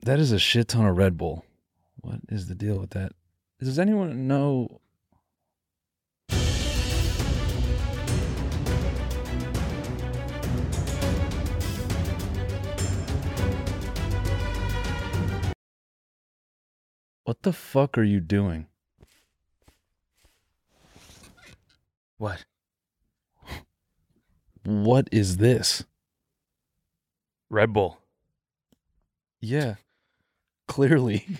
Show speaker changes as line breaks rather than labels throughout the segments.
That is a shit ton of Red Bull. What is the deal with that? Does anyone know? What the fuck are you doing?
What?
What is this?
Red Bull.
Yeah. Clearly.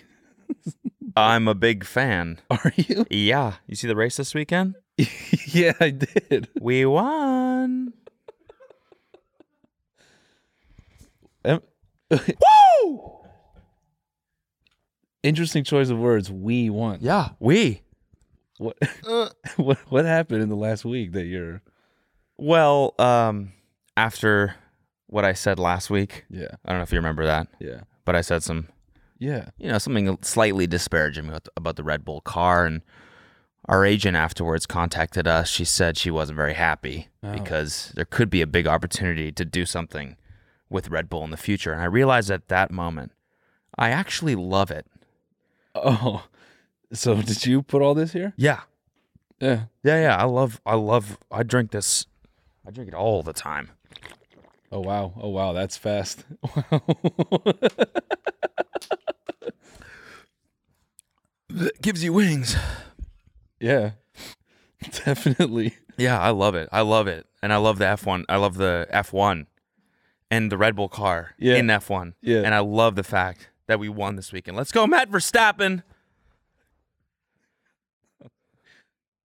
I'm a big fan.
Are you?
Yeah. You see the race this weekend?
yeah, I did.
We won.
Em-
Woo!
Interesting choice of words. We won.
Yeah. Uh. We.
What, what what happened in the last week that you're
Well, um, after what I said last week,
yeah,
I don't know if you remember that,
yeah.
but I said some,
Yeah.
you know, something slightly disparaging about the, about the Red Bull car. And our agent afterwards contacted us. She said she wasn't very happy
Oh.
because there could be a big opportunity to do something with Red Bull in the future. And I realized at that moment, I actually love it.
Oh. So did you put all this here?
Yeah.
Yeah.
Yeah, yeah. I love, I love, I drink this, I drink it all the time.
Oh wow. Oh wow, that's fast. Wow.
That gives you wings.
yeah. Definitely.
Yeah, I love it. I love it. And I love the F1. I love the F1 and the Red Bull car
Yeah.
in F1.
Yeah.
And I love the fact that we won this weekend. Let's go, Matt Verstappen.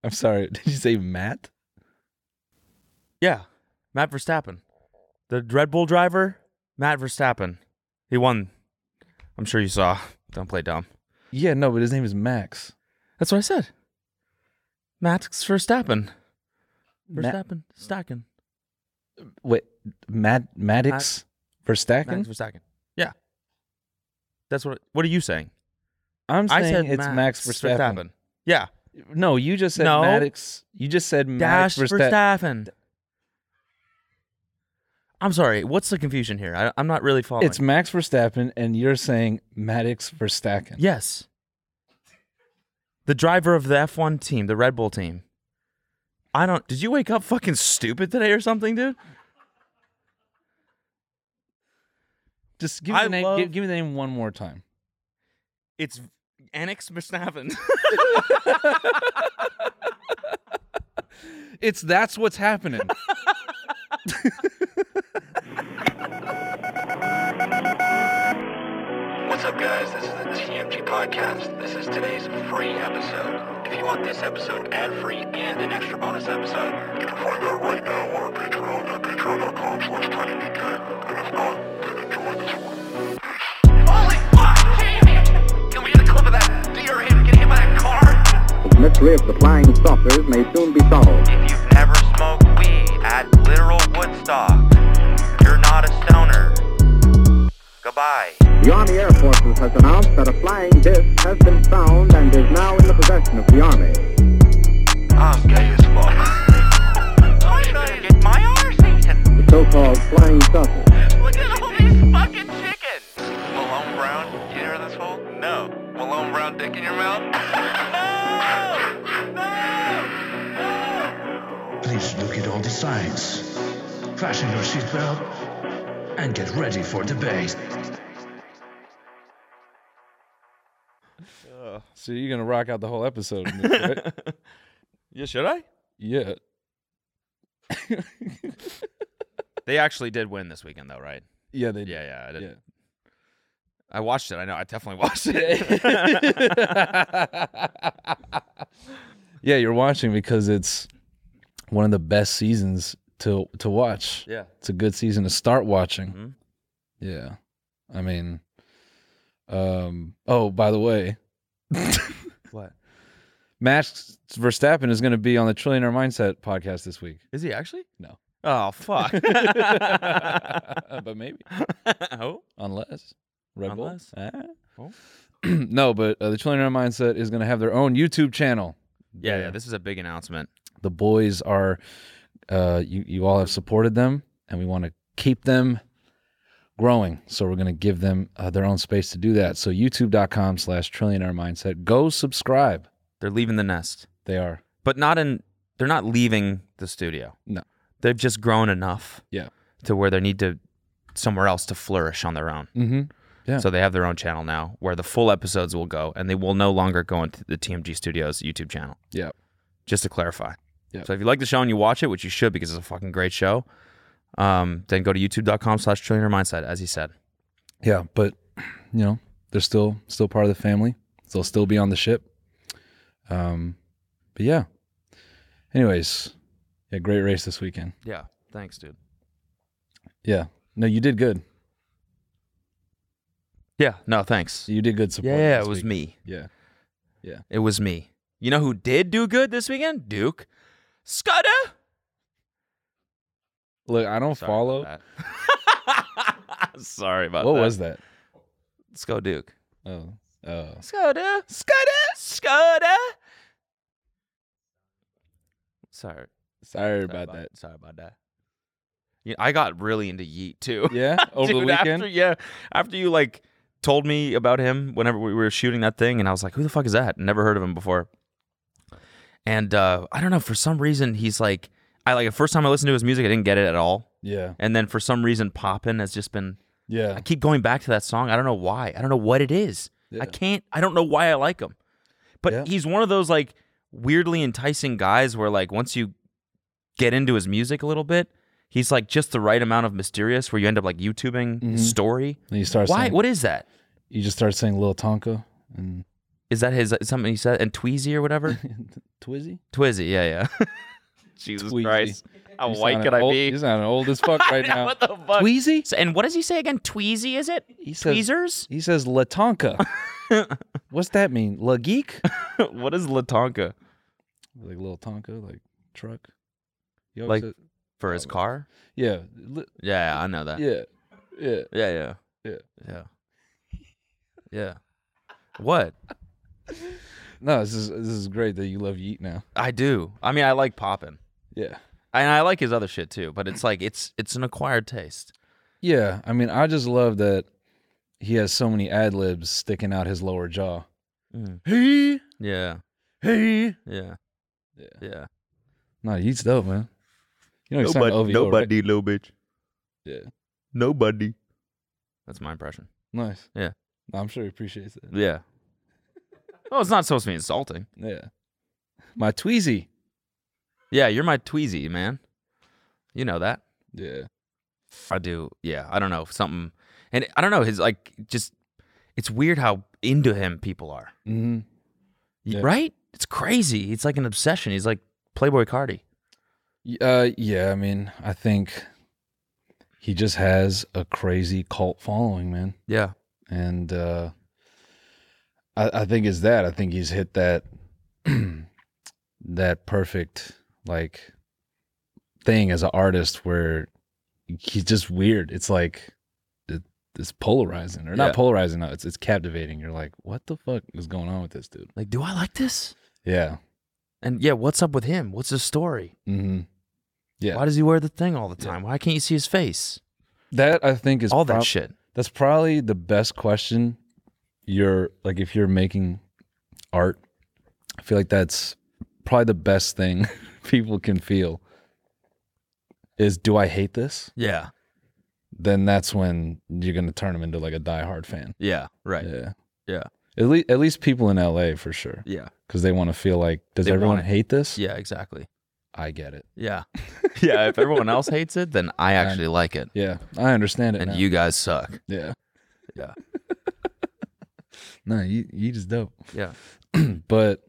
I'm sorry. Did you say Matt?
Yeah, Matt Verstappen. The Red Bull driver, Matt Verstappen. He won. I'm sure you saw. Don't play dumb.
Yeah, no, but his name is Max.
That's what I said. Matt Verstappen.
Ma-
Verstappen. Stacken.
Wait, Matt Maddox
Matt
Verstappen?
Verstappen. Yeah. That's what. What are you saying?
I'm saying
I said
it's Max Verstappen.
Yeah.
No, you just said
No.
Maddox. You just said
Dash
Maddox Verstappen.
Verstappen. I'm sorry. What's the confusion here? I, I'm not really following.
It's Max Verstappen, and you're saying Maddox Verstappen.
yes. The driver of the F1 team, the Red Bull team. I don't. Did you wake up fucking stupid today or something, dude?
Just give me,
I
the name,
love-
give, give me the name one more time.
It's Annex Verstappen.
It's that's what's happening.
What's up, guys? This is the TMG Podcast. This is today's free episode. If you want this episode ad-free and an extra bonus episode, you can find that right now on our Patreon at patreon.com slash tinydk. And if not, then enjoy this one. Holy fuck, Jamie! Can we get a clip of that deer him getting hit by that car?
The mystery of the flying saucers may soon be solved.
If you've never smoked weed at literal Woodstock, you're not a stoner. Goodbye.
The Army Air Forces has announced that a flying disc has been found and is now in the possession of the Army.
I'm gay as fuck.
I'm gonna get my R season.
The so-called flying saucer.
Look at all these fucking chickens.
Malone Brown, you hear this hole? No. Malone Brown dick in your mouth?
No! No!
Please look at all the signs. Fasten your seatbelt and get ready for debate.
so you're gonna rock out the whole episode, in this, right?
yeah, should I?
yeah.
They actually did win this weekend, though, right?
Yeah, they.
Yeah, yeah. I did.
Yeah.
I watched it. I know. I definitely watched it.
yeah, you're watching because it's one of the best seasons to to watch.
yeah.
It's a good season to start watching.
Mhm.
Yeah. I mean um oh, by the way,
What?
Max Verstappen is going to be on the Trillionaire Mindset podcast this week.
Is he actually?
No.
Oh fuck.
but maybe
oh.
unless Red Bull.
Unless.
Ah.
Oh.
no, but uh, the Trillionaire Mindset is going to have their own YouTube channel.
Yeah, yeah. This is a big announcement.
the boys are uh you you all have supported them and we want to keep them growing. So we're going to give them uh, their own space to do that. So youtube.com slash trillionaire mindset. Go subscribe.
They're leaving the nest,
They are.
but not in. They're not leaving the studio.
No.
they've just grown enough
Yeah.
to where they need to somewhere else to flourish on their own.
Mm-hmm. Yeah.
So they have their own channel now, where the full episodes will go, and they will no longer go into the TMG Studios YouTube channel.
Yeah.
Just to clarify.
Yeah.
So if you like the show and you watch it, which you should because it's a fucking great show, um, then go to youtube.com slash trillionaire mindset, as he said.
Yeah. But, you know, they're still still part of the family. So They'll still be on the ship. Um, but yeah. Anyways, yeah, great race this weekend.
Yeah. Thanks, dude.
Yeah. No, you did good.
Yeah. No, thanks.
You did good support.
Yeah, yeah,
this
it was
week.
me.
Yeah.
It was me. You know who did do good this weekend? Duke. Scudder.
Look, I don't follow.
About that. Sorry about
What
that.
was that?
Let's go, Duke.
Oh, oh,
Scudder. Scudder. Scudder. Sorry.
sorry
Sorry
about that.
Sorry about that. Yeah, I got really into Yeet too.
Yeah, over the
Dude,
weekend.
After, yeah, after you like told me about him whenever we were shooting that thing, and I was like, "Who the fuck is that?" Never heard of him before. And uh, I don't know for some reason he's like, I like the first time I listened to his music, I didn't get it at all,
yeah,
and then for some reason, Poppin' has just been.
yeah.
I keep going back to that song. I don't know why. I don't know what it is.
Yeah.
I can't. I don't know why I like him. But
Yeah.
he's one of those like weirdly enticing guys where like once you get into his music a little bit, he's like just the right amount of mysterious where you end up like YouTubing
Mm-hmm.
his story.
And you start
Why?
saying,
What is that?
you just start saying Lil Tonka and
Is that his something he said and Tweezy or whatever?
Twizzy.
Twizzy, yeah, yeah. Jesus
Tweezy.
Christ. How
You
white
sound
could I
old-
be?
You sound old as fuck right now.
what the fuck?
Tweezy?
So- and what does he say again? Tweezy, is it?
He says-
Tweezers?
He says La Tonka. What's that mean? La Geek?
what is Latonka
like Lil Tonka, like truck. He always
Like-
says-
for his car?
yeah, li-
Yeah, I know that.
yeah, yeah.
Yeah, yeah.
Yeah.
Yeah. Yeah. What?
No, this is this is great that you love Yeet now.
I do. I mean, I like poppin'.
Yeah,
And I like his other shit too, but it's like it's it's an acquired taste.
yeah. I mean, I just love that he has so many ad libs sticking out his lower jaw.
Mm.
Hey,
Yeah.
hey.
Yeah.
Yeah.
Yeah.
No, Yeet's dope, man. You know, he signed to OVO, right?
little bitch.
Yeah.
Nobody. That's my impression.
Nice.
Yeah.
I'm sure he appreciates it.
Yeah. Oh, it's not supposed to be insulting.
Yeah. My Tweezy.
Yeah, you're my tweezy, man. You know that.
Yeah.
I do. Yeah. I don't know. Something and I don't know, his like just it's weird how into him people are.
Mm-hmm.
Y-
Yeah.
Right? It's crazy. It's like an obsession. He's like Playboy Cardi.
Uh, yeah. I mean, I think he just has a crazy cult following, man.
Yeah.
and uh, I, I think it's that. I think he's hit that that perfect like thing as an artist where he's just weird. It's like it, it's polarizing, or
Yeah.
not polarizing. no, It's it's captivating. You're like, what the fuck is going on with this dude?
Like, do I like this?
Yeah.
And yeah, what's up with him? What's his story?
hmm Yeah.
Why does he wear the thing all the time? Why can't you see his face?
That I think is
all that
prob-
shit.
That's probably the best question. You're like if you're making art, I feel like that's probably the best thing people can feel is do I hate this?
Yeah.
Then that's when you're gonna turn them into like a diehard fan.
Yeah. Right.
Yeah.
Yeah.
At least at least people in LA for sure.
Yeah.
Because they want to feel like, does
They
everyone
want it.
hate this?
Yeah, exactly.
I get it.
Yeah. yeah. If everyone else hates it, then I actually like it.
Yeah. I understand it.
And
now.
you guys suck.
Yeah.
Yeah.
No, you you just dope.
Yeah.
But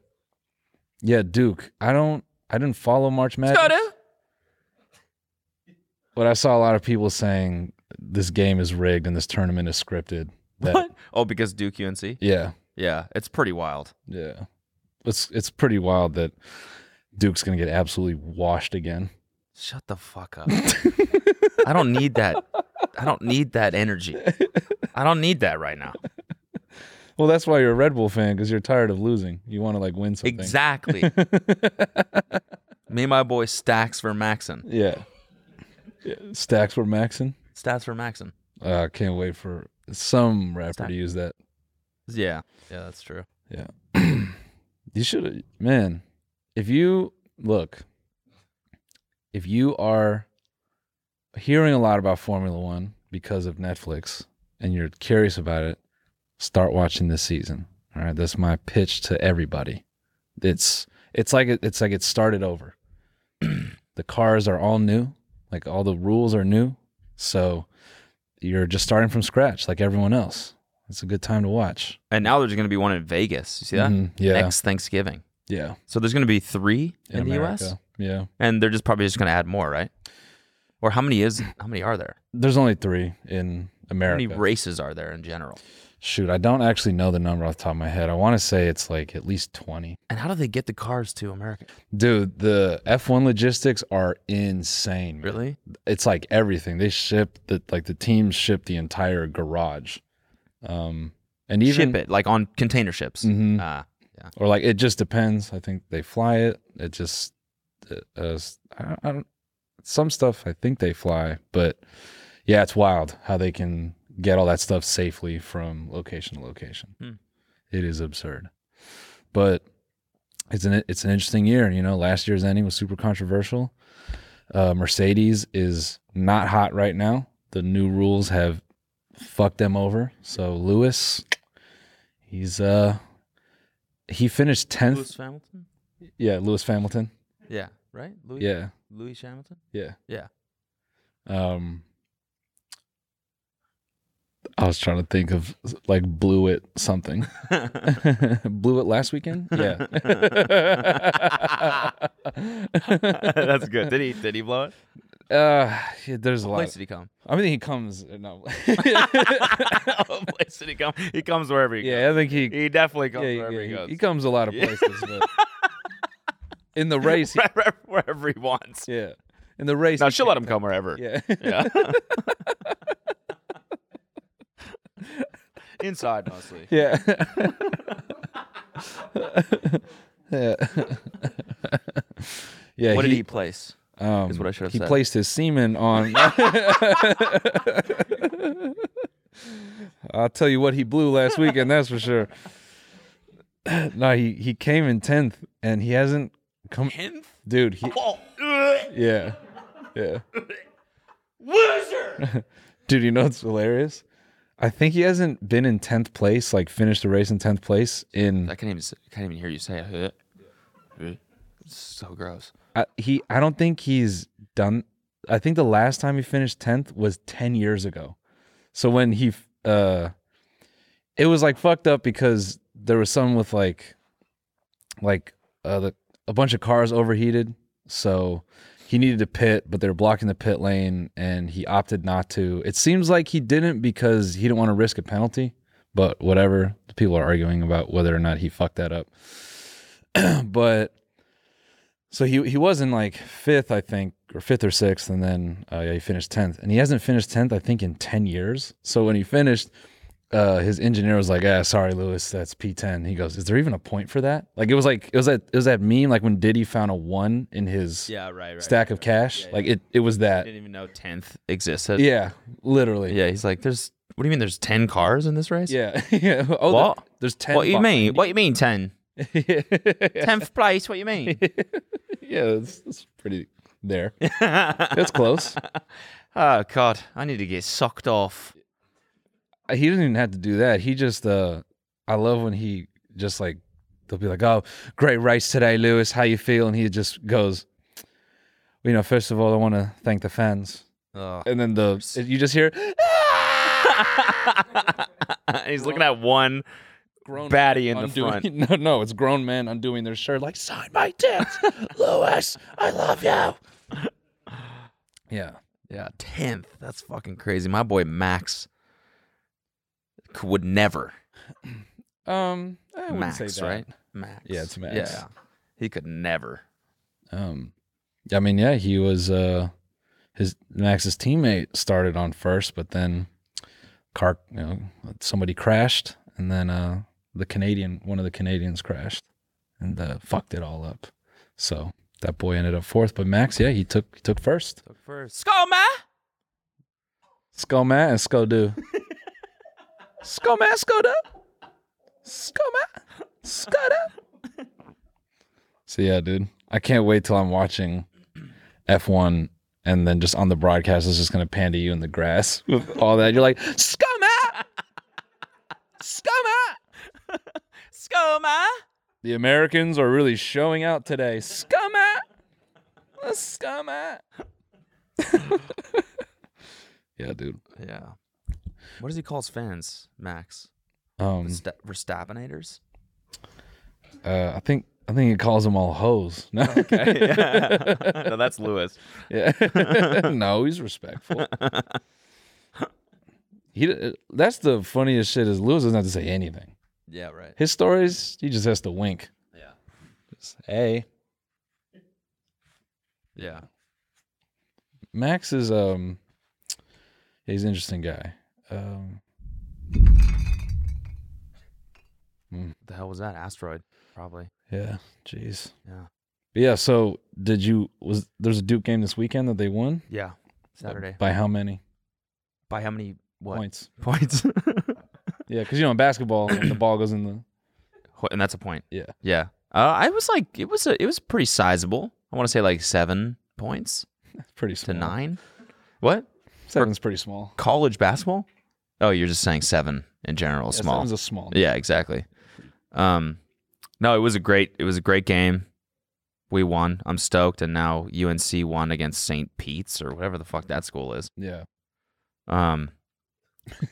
yeah, Duke, I don't I didn't follow March Madness, but I saw a lot of people saying this game is rigged and this tournament is scripted. That-
What? Oh, because Duke UNC?
Yeah.
Yeah. It's pretty wild.
Yeah. It's it's pretty wild that Duke's going to get absolutely washed again.
Shut the fuck up. I don't need that. I don't need that energy. I don't need that right now.
Well, that's why you're a Red Bull fan cuz you're tired of losing. You want to like win something.
Exactly. Me and my boy Stacks for Maxon.
Yeah. yeah. Stacks were maxing.
Stats for Maxon.
Uh, I can't wait for some rapper to use that.
Yeah, yeah, that's true.
You should, man. If you look, if you are hearing a lot about Formula One because of Netflix and you're curious about it, start watching this season. All right, that's my pitch to everybody. It's it's like it, it's like it started over. the cars are all new, like all the rules are new, so you're just starting from scratch, like everyone else. It's a good time to watch.
And now there's going to be one in Vegas. You see that?
Mhm, yeah.
Next Thanksgiving.
Yeah,
So there's going to be three Mm-hmm. in, the U.S.
America, Yeah.
and they're just probably just going to add more, right? Or how many is how many are there?
There's only three in
How many
America.
races are there in general?
Shoot, I don't actually know the number off the top of my head. I want to say it's like at least 20.
And how do they get the cars to America?
Dude, the F1 logistics are insane. man.
Really?
It's like everything. They ship the like the teams ship the entire garage. Um and even
Ship it like on container ships.
Mhm.
Ah,
or like it just depends. I think they fly it. It just uh, uh, I, don't, I don't some stuff I think they fly, but yeah, it's wild how they can get all that stuff safely from location to location.
Hmm.
It is absurd, but it's an it's an interesting year. You know, last year's ending was super controversial. Uh, Mercedes is not hot right now. The new rules have fucked them over. So Lewis, he's uh he finished tenth.
Lewis Hamilton.
Yeah, Lewis Hamilton.
Yeah. Right. Louis.
Yeah,
Louis Hamilton.
yeah,
Yeah.
Um, I was trying to think of like blew it something. blew it last weekend. Yeah.
That's good. Did he did he blow it?
Uh, yeah, there's a
What place
lot.
did he come?
I mean, he comes. No.
What Oh, place did he come? He comes wherever he
yeah, I think he.
goes. He definitely
yeah,
comes
yeah,
wherever
he,
he goes.
he comes a lot of places, but in the race, he,
Wherever- wherever he wants.
yeah, in the race.
Now
he
she'll let him come wherever.
Yeah.
Yeah. Inside mostly.
Yeah. yeah. yeah.
what did he place?
Um,
what I should have
he
said.
placed his semen on. I'll tell you what he blew last weekend. That's for sure. no, he he came in tenth, and he hasn't come.
Tenth?
Dude, he
Oh,
yeah, yeah.
loser!
Dude, you know what's hilarious? I think he hasn't been in tenth place, like finished the race in tenth place in
I can't even s- can't even hear you say it. It's so gross.
I, he I don't think he's done. I think the last time he finished tenth was ten years ago. So when he, f- uh, it was like fucked up because there was some with like, like uh, the, a bunch of cars overheated. So he needed to pit, but they were blocking the pit lane, and he opted not to. It seems like he didn't because he didn't want to risk a penalty. But whatever, the people are arguing about whether or not he fucked that up. but so he he was in like fifth, I think, or fifth or sixth, and then uh, yeah, he finished tenth. And he hasn't finished tenth, I think, in ten years. So when he finished, uh, his engineer was like, "Ah, sorry, Lewis, that's P ten. He goes, "Is there even a point for that?" Like it was like it was that it was that meme like when Diddy found a one in his
Yeah, right, right.
stack of cash. Like it it was that.
Didn't even know tenth existed.
Yeah, literally.
Yeah, he's like, there's. What do you mean? There's ten cars in this race?
yeah, yeah. Oh,
What?
there- there's ten.
What you
behind
mean? What you mean ten? Tenth place. What you mean?
yeah, that's, that's pretty there. that's close.
oh God, I need to get sucked off.
Uh, he didn't even have to do that. He just uh I love when he just like they'll be like, Oh, great race today, Lewis, how you feel? And he just goes, You know, first of all, I wanna thank the fans.
Ugh.
And then the you just hear
he's looking at one.
grown
Batty in the
undoing- No, no, it's grown men undoing their shirt like sign my tits, Lewis, I love you. Yeah.
Yeah, tenth. That's fucking crazy. My boy Max c- would never.
Um I wouldn't
Max,
say that.
right? Max.
Yeah, it's Max.
Yeah, he could never.
Um, I mean, yeah, he was uh, his Max's teammate started on first, but then car, you know, somebody crashed, and then uh, the Canadian, one of the Canadians crashed, and uh, fucked it all up. So that boy ended up fourth, but Max, yeah, he took he took first.
First, Skoma.
Skull man and skull do. skull man, skull do. Skull man, skull do. So yeah, dude, I can't wait till I'm watching F1 and then just on the broadcast, it's just gonna pan to you in the grass with all that. You're like, skull man, skull man.
Scoma.
The Americans are really showing out today. Scum at! Let's scum at! yeah, dude.
Yeah. What does he call his fans, Max?
Um,
Versta- Verstappenators?
uh, I think I think he calls them all hoes. No,
no, that's Lewis.
yeah. no, he's respectful. He d- uh, that's the funniest shit is Lewis doesn't have to say anything.
Yeah, right.
His stories, he just has to wink.
Yeah.
Just, hey,
Yeah.
Max is um, he's an interesting guy. Um,
What the hell was that? Asteroid, probably.
yeah, jeez.
Yeah.
But yeah. So did you? Was there's a Duke game this weekend that they won
Yeah. Saturday.
by how many
By how many what?
points?
Points.
Yeah, because you know in basketball the ball goes in the
and that's a point.
yeah.
Yeah. Uh, I was like, it was a, it was pretty sizable. I want to say like seven points
It's pretty
to
small.
nine. What?
Seven's pretty small.
College basketball? Oh, you're just saying seven in general.
Yeah,
Oh, small.
Seven's a small. number.
Yeah, exactly. Um, no, it was a great it was a great game. We won. I'm stoked, and now UNC won against St. Pete's or whatever the fuck that school is.
Yeah.
Um,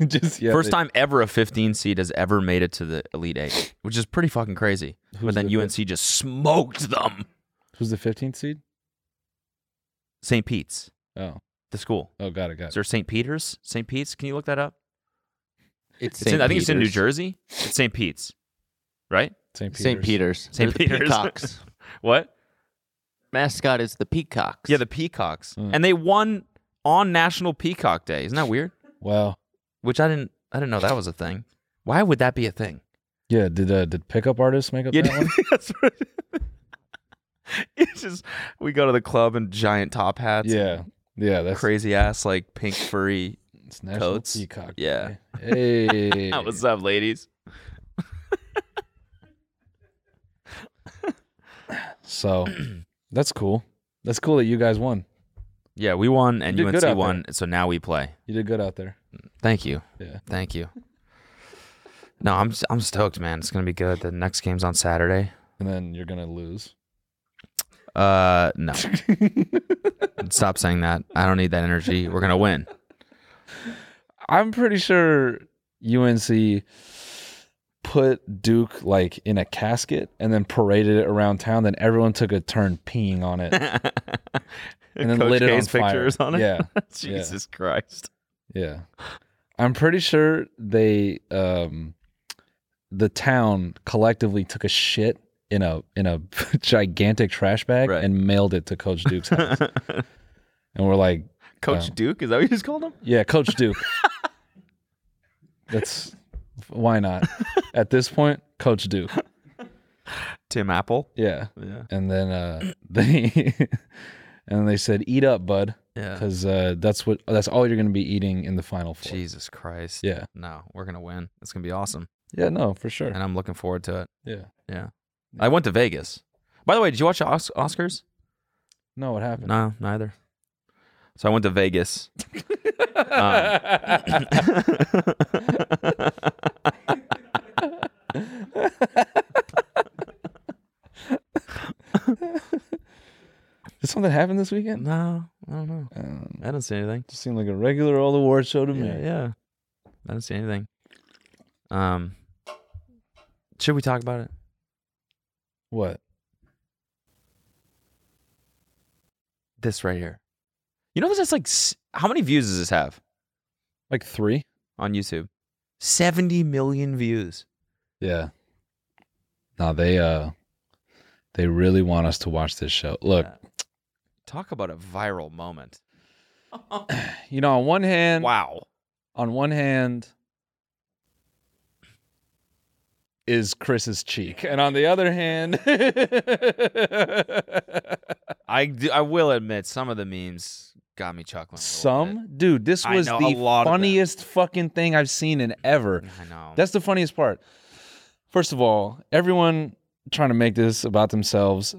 Just yeah.
first
they-
time ever a 15 seed has ever made it to the Elite Eight, which is pretty fucking crazy.
Who's
but then
the
UNC just smoked them.
Who's the 15th seed?
St. Pete's,
Oh.
the school.
Oh, got it. Got
Is
it.
there St. Peter's? St. Pete's? Can you look that up?
It's
It's in, I think it's in New
Peter's.
Jersey. It's St. Pete's, right?
St. Peter's.
St. Peter's.
St.
They're the
Peter's.
Peacocks.
What?
Mascot is the Peacocks.
Yeah, the Peacocks,
Mm.
and they won on National Peacock Day. Isn't that weird?
Wow.
which I didn't I didn't know that was a thing. Why would that be a thing?
Yeah. Did uh, did pickup artists make up that one?
that's what it's just we go to the club in giant top hats, and
yeah. Yeah. That's
crazy ass like pink furry.
It's National
Coats.
Peacock.
Yeah.
Day. Hey.
What's up, ladies?
So that's cool. That's cool that you guys won.
Yeah, we won and
You did good out
UNC won, so now we play.
You did good out there.
Thank you,
Yeah.
thank you. No, I'm I'm stoked, man. It's gonna be good. The next game's on Saturday.
And then you're gonna lose.
Uh, no. Stop saying that. I don't need that energy. We're gonna win.
I'm pretty sure UNC put Duke like in a casket and then paraded it around town. Then everyone took a turn peeing on it. And then
Coach
lit it on
K's
fire.
pictures on it.
Yeah,
Jesus Christ.
Yeah. I'm pretty sure they um the town collectively took a shit in a in a gigantic trash bag
Right.
and mailed it to Coach Duke's house. and we're like,
Coach
Wow.
Duke, is that what you just called him?
yeah, Coach Duke. That's why not? At this point, Coach Duke.
Tim Apple.
Yeah.
Yeah.
And then uh they and they said, eat up, bud.
Yeah.
Because uh, that's what that's all you're gonna be eating in the final four.
Jesus Christ.
Yeah.
No, we're gonna win. It's gonna be awesome,
Yeah, no, for sure.
and I'm looking forward to it.
Yeah.
Yeah. I went to Vegas. By the way, did you watch the Os- Oscars?
No, what happened?
No, neither. So I went to Vegas. Um,
Did something happen this weekend?
no, I don't know.
Um,
I didn't see anything.
just seemed like a regular old award show to me.
Yeah, yeah. I didn't see anything. Um, should we talk about it?
What?
This right here. You know, this is like s- how many views does this have
Like three?
on YouTube? Seventy million views.
Yeah. No, they uh, they really want us to watch this show. Look,
Talk about a viral moment.
you know, on one hand,
Wow.
on one hand is Chris's cheek, and on the other hand,
I do, I will admit some of the memes got me chuckling. a little
Some dude, this
I
was
know, a
the
lot of them.
funniest fucking thing I've seen in ever.
bit. I know.
That's the funniest part. First of all, everyone trying to make this about themselves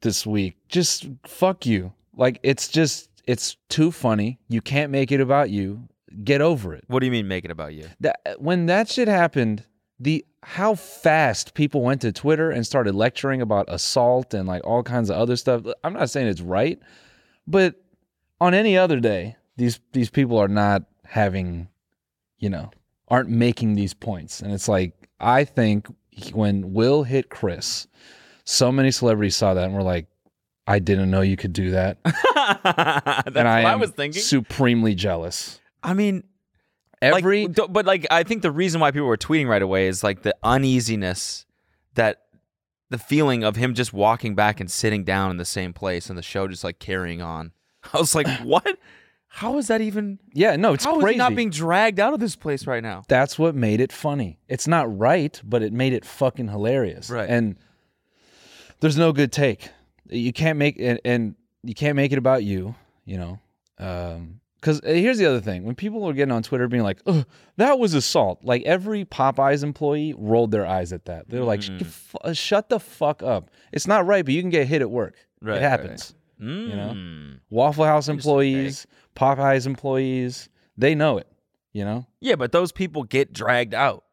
this week, just fuck you. Like it's just it's too funny. You can't make it about you. Get over it.
what do you mean make it about you?
That when that shit happened, the how fast people went to Twitter and started lecturing about assault and like all kinds of other stuff. I'm not saying it's right, but on any other day, these these people are not having, you know, aren't making these points. And it's like I think he- when Will hit Chris, so many celebrities saw that and were like, "I didn't know you could do that,"
That's
and I,
what I
am
was thinking.
supremely jealous.
I mean, Like,
Every
d- but like I think the reason why people were tweeting right away is like the uneasiness that the feeling of him just walking back and sitting down in the same place and the show just like carrying on. I was like, what? How is that even?
yeah, no, it's
how is
crazy.
he not being dragged out of this place right now?
that's what made it funny. It's not right, but it made it fucking hilarious.
Right.
And there's no good take. You can't make and, and you can't make it about you. You know, because here's the other thing: when people are getting on Twitter being like, Ugh, "That was assault," like every Popeyes employee rolled their eyes at that. They're like,
Mm-hmm.
"Sh- f- uh, "Shut the fuck up! It's not right, but you can get hit at work. it
Right, right,
happens."
Mm.
know? Waffle House employees, Popeyes employees, they know it. You know,
Yeah, but those people get dragged out.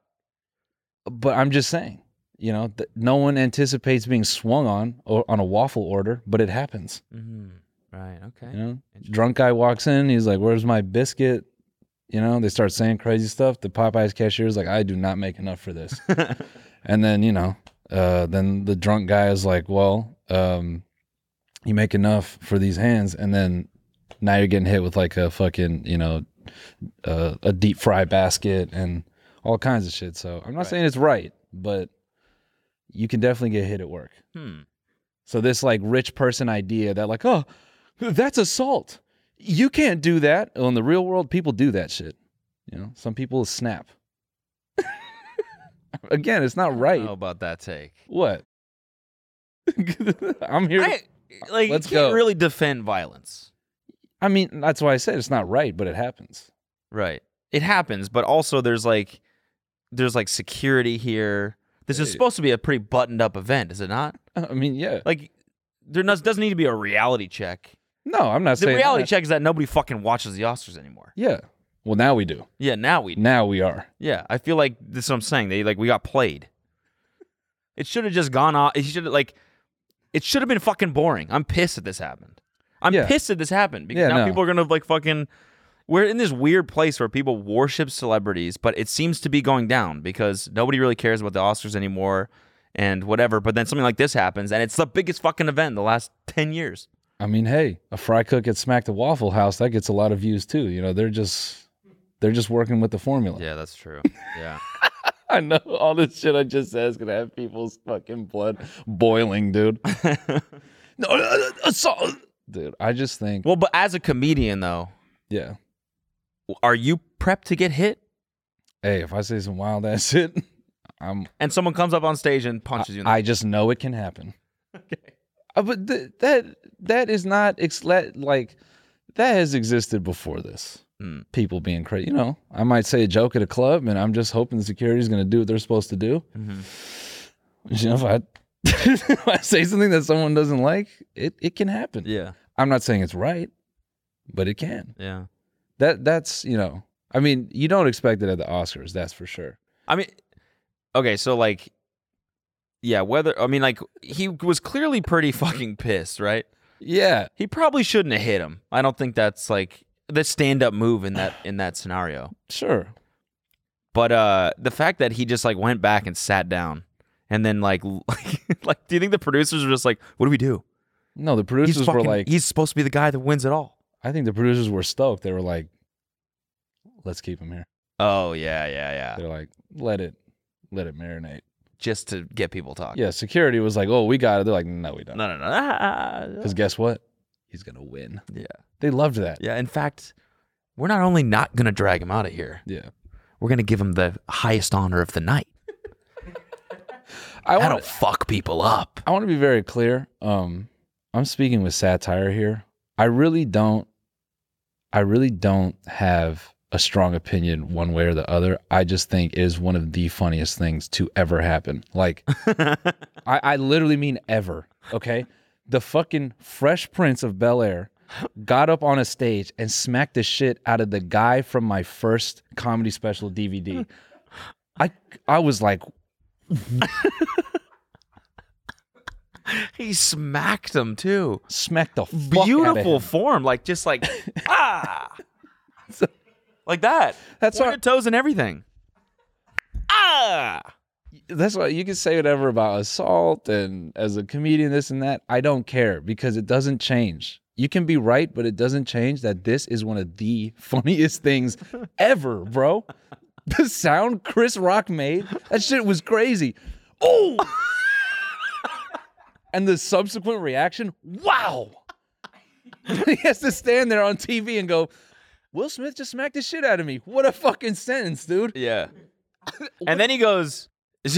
but I'm just saying, you know, that no one anticipates being swung on or on a waffle order, but it happens.
Mm-hmm. Right. Okay.
You know, drunk guy walks in, he's like, "Where's my biscuit?" You know, they start saying crazy stuff. The Popeyes cashier is like, "I do not make enough for this," and then you know, uh, then the drunk guy is like, "Well, um, you make enough for these hands," and then now you're getting hit with like a fucking you know, uh, a deep fry basket and all kinds of shit. So I'm not saying it's right, but you can definitely get hit at work.
Hmm.
So this like rich person idea that like, oh, that's assault. You can't do that. Well, in the real world, people do that shit. You know, some people snap. Again, it's not
I
right.
don't know about that take.
What? I'm here.
I
I,
like
Let's
you can't
go.
really defend violence.
mean, that's why I said it's not right, but it happens.
Right. It happens, but also there's like there's like security here. This is supposed to be a pretty buttoned up event, is it not?
I mean, yeah.
Like there does- doesn't need to be a reality check.
No, I'm not
The
saying
reality
that.
check is that nobody fucking watches the Oscars anymore.
Yeah. Well, now we do.
Yeah, now we
Now we are.
Yeah, I feel like this is what I'm saying. They like we got played. It should have just gone off. It should have like it should have been fucking boring. I'm pissed that this happened. I'm
Yeah.
pissed that this happened because
Yeah,
now
no.
people are gonna like fucking. We're in this weird place where people worship celebrities, but it seems to be going down because nobody really cares about the Oscars anymore and whatever. But then something like this happens, and it's the biggest fucking event in the last ten years.
I mean, hey, a fry cook at Smack the Waffle House that gets a lot of views too. You know, they're just they're just working with the formula.
Yeah, that's true. Yeah,
I know all this shit I just said is gonna have people's fucking blood boiling, dude. no, uh, uh, assault, dude. I just think,
well, but as a comedian though,
yeah.
are you prepped to get hit?
Hey, if I say some wild ass shit, I'm.
And someone comes up on stage and punches you. In the
I just know it can happen. Okay. But th- that that is not ex- let- like that has existed before this.
Mm.
People being crazy, you know. I might say a joke at a club, and I'm just hoping security's gonna do what they're supposed to do.
Mm-hmm.
You know, if I, if I say something that someone doesn't like, it, it can happen.
Yeah,
I'm not saying it's right, but it can.
yeah.
That that's you know, I mean, you don't expect it at the Oscars, that's for sure.
I mean, okay, so like, yeah, whether I mean, like, he was clearly pretty fucking pissed, right?
Yeah,
He probably shouldn't have hit him. I don't think that's like the stand-up move in that in that scenario.
sure.
But uh the fact that he just like went back and sat down, and then like like, like do you think the producers were just like, what do we do?
No, the
He's
producers were
fucking-
like,
he's supposed to be the guy that wins it all.
I think the producers were stoked. They were like, let's keep him here.
Oh yeah, yeah, yeah.
They're like, let it, let it marinate.
Just to get people talking.
Yeah, security was like, oh, we got it. They're like, no, we don't.
No, no, no. Ah.
Because guess what? He's gonna win.
Yeah.
They loved that.
Yeah, in fact, we're not only not going to drag him out of here,
Yeah.
we're going to give him the highest honor of the night.
I
I
want
don't fuck people up.
I want to be very clear. Um, I'm speaking with satire here. I really don't I really don't have a strong opinion one way or the other. I just think it is one of the funniest things to ever happen. Like, I, I literally mean ever. Okay. The fucking Fresh Prince of Bel Air got up on a stage and smacked the shit out of the guy from my first comedy special DVD. I I was like,
He smacked him too.
smack the fuck outta
Beautiful
him.
form, like just like ah, like that.
That's
Pointed
what-
toes and everything. Ah,
that's why you can say whatever about assault and as a comedian, this and that. I don't care because it doesn't change. You can be right, but it doesn't change that this is one of the funniest things ever, bro. The sound Chris Rock made, that shit was crazy. Oh! and the subsequent reaction, wow! he has to stand there on TV and go, Will Smith just smacked the shit out of me. What a fucking sentence, dude.
yeah.
Mm.
and then he goes.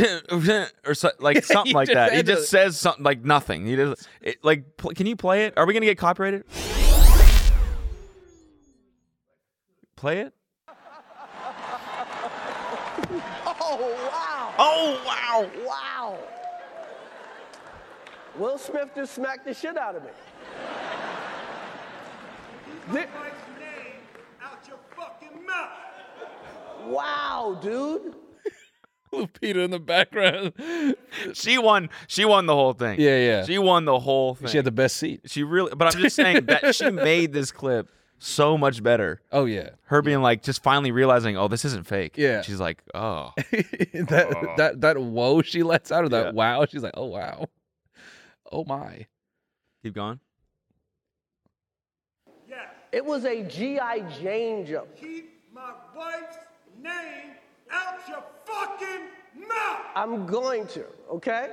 or so, like something
you
like
just
that. He
had to-
just says something like nothing. He does it, like. Pl- can you play it? Are we gonna get copyrighted? Play it. Oh wow! Oh wow!
Will Smith just smacked the shit out of me. Thi- Wow, dude.
Lupita in the background.
She won. She won the whole thing.
Yeah, yeah.
She won the whole thing.
She had the best seat.
She really. But I'm just saying that she made this clip so much better.
Oh yeah,
Her being like, just finally realizing, oh, this isn't fake.
Yeah.
She's like, oh,
that that that whoa she lets out of that
Uh, Yeah.
wow. She's like, oh wow, oh my.
keep going.
It was a G.I. Jane jump.
Keep my wife's name out your fucking mouth.
I'm going to, okay?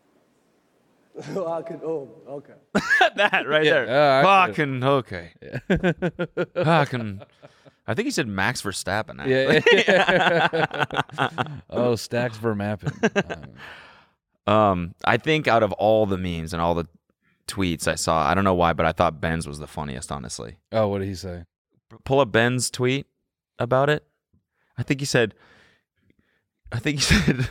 oh, I could, oh, okay.
that right
Yeah,
there.
uh, I-
Fucking okay. Fucking. I think he said Max Verstappen. Actually.
Yeah. oh, stacks Vermappen. Um,
Um, I think out of all the memes and all the tweets I saw, I don't know why, but I thought Ben's was the funniest. Honestly.
oh, what did he say?
pull up Ben's tweet about it. I think he said, I think he said,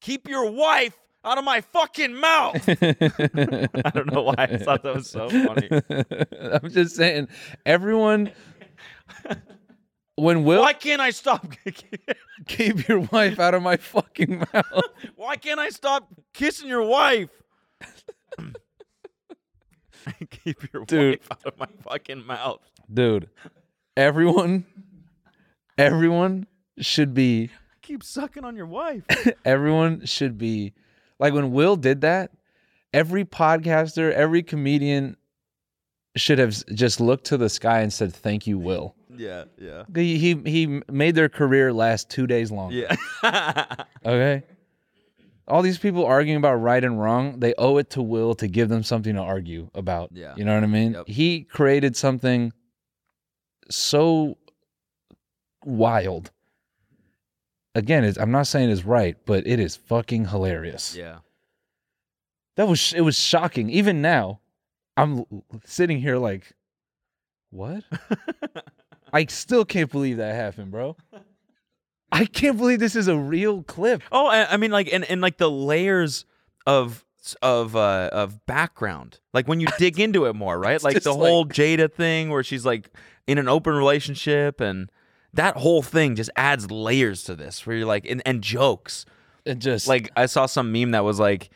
keep your wife out of my fucking mouth. I don't know why I thought that was so funny.
I'm just saying, everyone. When Will
Why can't I stop?
keep your wife out of my fucking mouth.
Why can't I stop kissing your wife? keep your
Dude.
wife out of my fucking mouth.
Dude, everyone, everyone should be
Keep sucking on your wife.
everyone should be like when Will did that, every podcaster, every comedian should have s- just looked to the sky and said, "Thank you, Will."
yeah, yeah,
He he, he made their career last 2 days long.
yeah.
Okay? All these people arguing about right and wrong, they owe it to Will to give them something to argue about.
Yeah.
You know what I mean?
Yep.
He created something so wild. Again, it's, I'm not saying it's right, but it is fucking hilarious.
yeah.
That was it was shocking. Even now, I'm l- sitting here like, what? I still can't believe that happened, bro. I can't believe this is a real clip.
Oh, I, I mean, like, and, and like the layers of of uh, of background, like when you dig into it more, right? Like the
just
whole Jada thing, where she's like in an open relationship, and that whole thing just adds layers to this. Where you're like, and, and jokes.
It just
Like I saw some meme that was like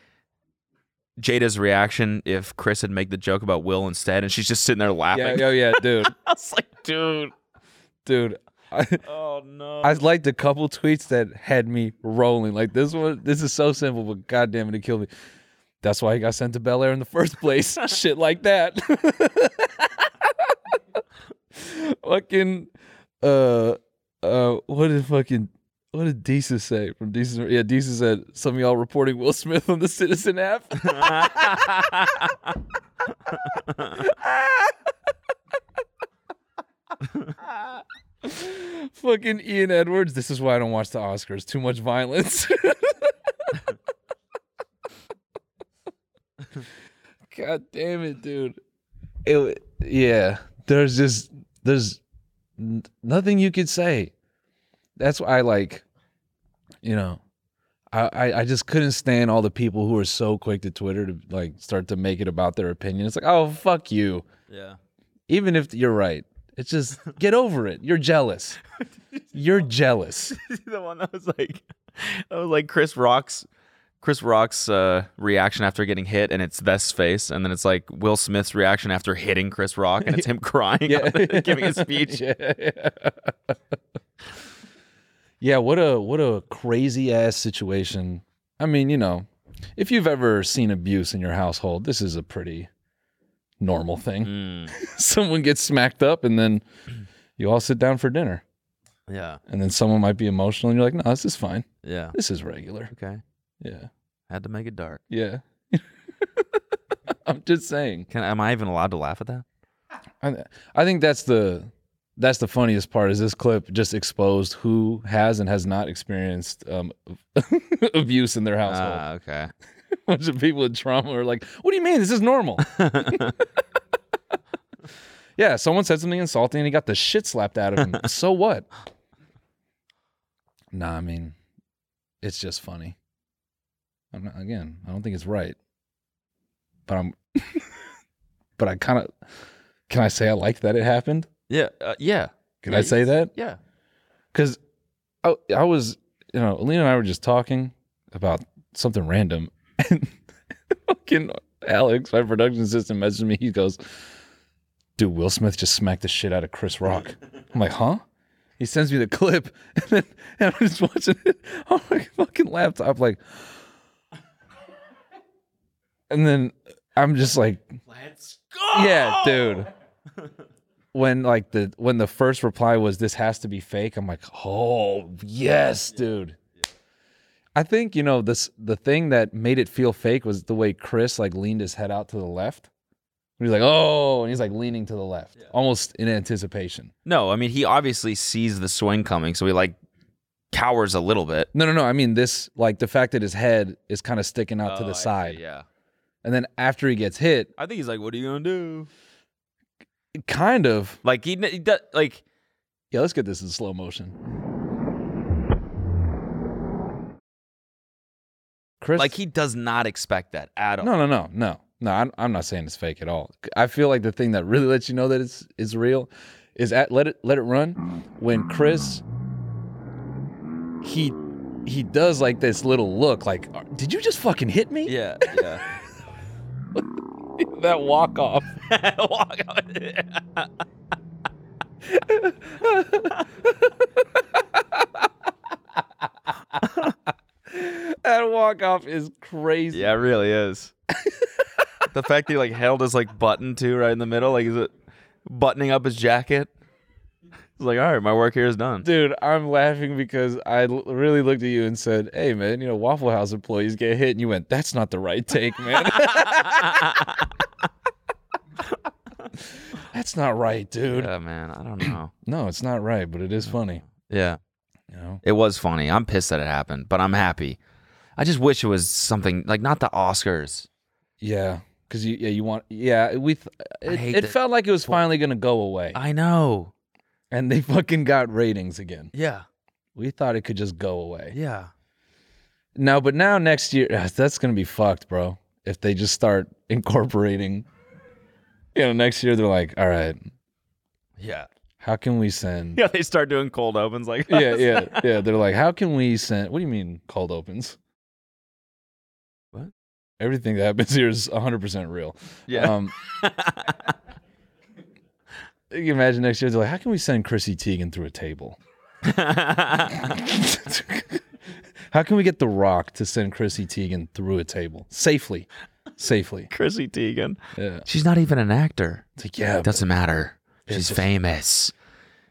Jada's reaction if Chris had make the joke about Will instead, and she's just sitting there
yeah,
laughing.
yeah, yeah, dude,
I was like, dude,
dude. I,
oh no.
I liked a couple tweets that had me rolling. Like this one, this is so simple, but goddamn it, it killed me. That's why he got sent to Bel Air in the first place. Shit like that. fucking, uh, uh, what did fucking, what did Deesa say from Deesa? Yeah, Deesa said some of y'all reporting Will Smith on the Citizen app. fucking Ian Edwards. This is why I don't watch the Oscars. Too much violence. God damn it, dude. It wa- yeah. there's just there's n- nothing you could say. That's why I like, you know, I, I I just couldn't stand all the people who are so quick to Twitter to like start to make it about their opinion. It's like, oh fuck you.
Yeah.
Even if you're right, it's just get over it. You're jealous. You're jealous.
the one that was like that was like Chris Rock's Chris Rock's uh, reaction after getting hit and it's this face and then it's like Will Smith's reaction after hitting Chris Rock and it's him crying giving a speech.
yeah. yeah, what a what a crazy ass situation. I mean, you know, if you've ever seen abuse in your household, this is a pretty normal thing.
Mm,
Someone gets smacked up and then you all sit down for dinner.
yeah.
And then someone might be emotional and you're like, "No, this is fine.
Yeah.
This is regular."
Okay.
Yeah.
Had to make it dark.
Yeah. I'm just saying.
Can am I even allowed to laugh at that?
I, I think that's the that's the funniest part is this clip just exposed who has and has not experienced um, abuse in their household.
Ah, okay.
A bunch of people with trauma are like, "What do you mean? This is normal." yeah, someone said something insulting and he got the shit slapped out of him. so what? Nah, I mean, it's just funny. I'm not, again, I don't think it's right, but I'm, but I kind of, can I say I like that it happened?
Yeah. Uh, yeah.
Can
Yeah,
I say that?
Yeah.
because I, I was, you know, Alina and I were just talking about something random, and fucking Alex, my production assistant, messaged me. He goes, "Dude, Will Smith just smacked the shit out of Chris Rock." I'm like, "Huh?" He sends me the clip, and then and I'm just watching it on my fucking laptop, like, and then I'm just like, "Let's go!" Yeah, dude when like the when the first reply was this has to be fake i'm like oh yes dude i think you know this the thing that made it feel fake was the way chris like leaned his head out to the left he was like oh and he's like leaning to the left almost in anticipation
No, I mean he obviously sees the swing coming, so he like cowers a little bit
no no no i mean this like the fact that his head is kind of sticking out to
Oh, I
the
see,
side
Yeah.
and then after he gets hit
I think he's like, "What are you gonna do?"
kind of
Like he, he does, like
yeah let's get this in slow motion chris
like he does not expect that at all.
No, no, no, no, no. I'm, I'm not saying it's fake at all. I feel like the thing that really lets you know that it's it's real is at let it let it run when Chris he he does like this little look like did you just fucking hit me?
Yeah, yeah.
that walk off.
Walk out.
That walk off is crazy.
Yeah, it really is. the fact that he like held his like button too right in the middle, like is it buttoning up his jacket? He's like, all right, my work here is done.
Dude, I'm laughing because I l- really looked at you and said, "Hey, man, you know Waffle House employees get hit," and you went, "That's not the right take, man. That's not right, dude.
Yeah, man, I don't know.
No, it's not right, but it is funny.
yeah,
You know,
it was funny. I'm pissed that it happened, but I'm happy. I just wish it was something like not the Oscars.
yeah, because you, yeah, you want, yeah, we, th-
hate
it, it
that-
felt like it was finally gonna go away,
I know.
and they fucking got ratings again.
Yeah,
We thought it could just go away.
yeah.
No, but now next year, ah, that's gonna be fucked, bro. If they just start incorporating, you know, next year they're like, all right,
Yeah.
how can we send?
Yeah, they start doing cold opens like
yeah, yeah, yeah. They're like, how can we send? What do you mean cold opens?
What?
Everything that happens here is 100% real.
Yeah.
Um, you can imagine next year, they're like, how can we send Chrissy Teigen through a table? how can we get The Rock to send Chrissy Teigen through a table safely? Safely.
Chrissy Teigen.
Yeah.
She's not even an actor.
It's like, yeah, but,
Doesn't matter.
Yeah,
She's
just-
famous.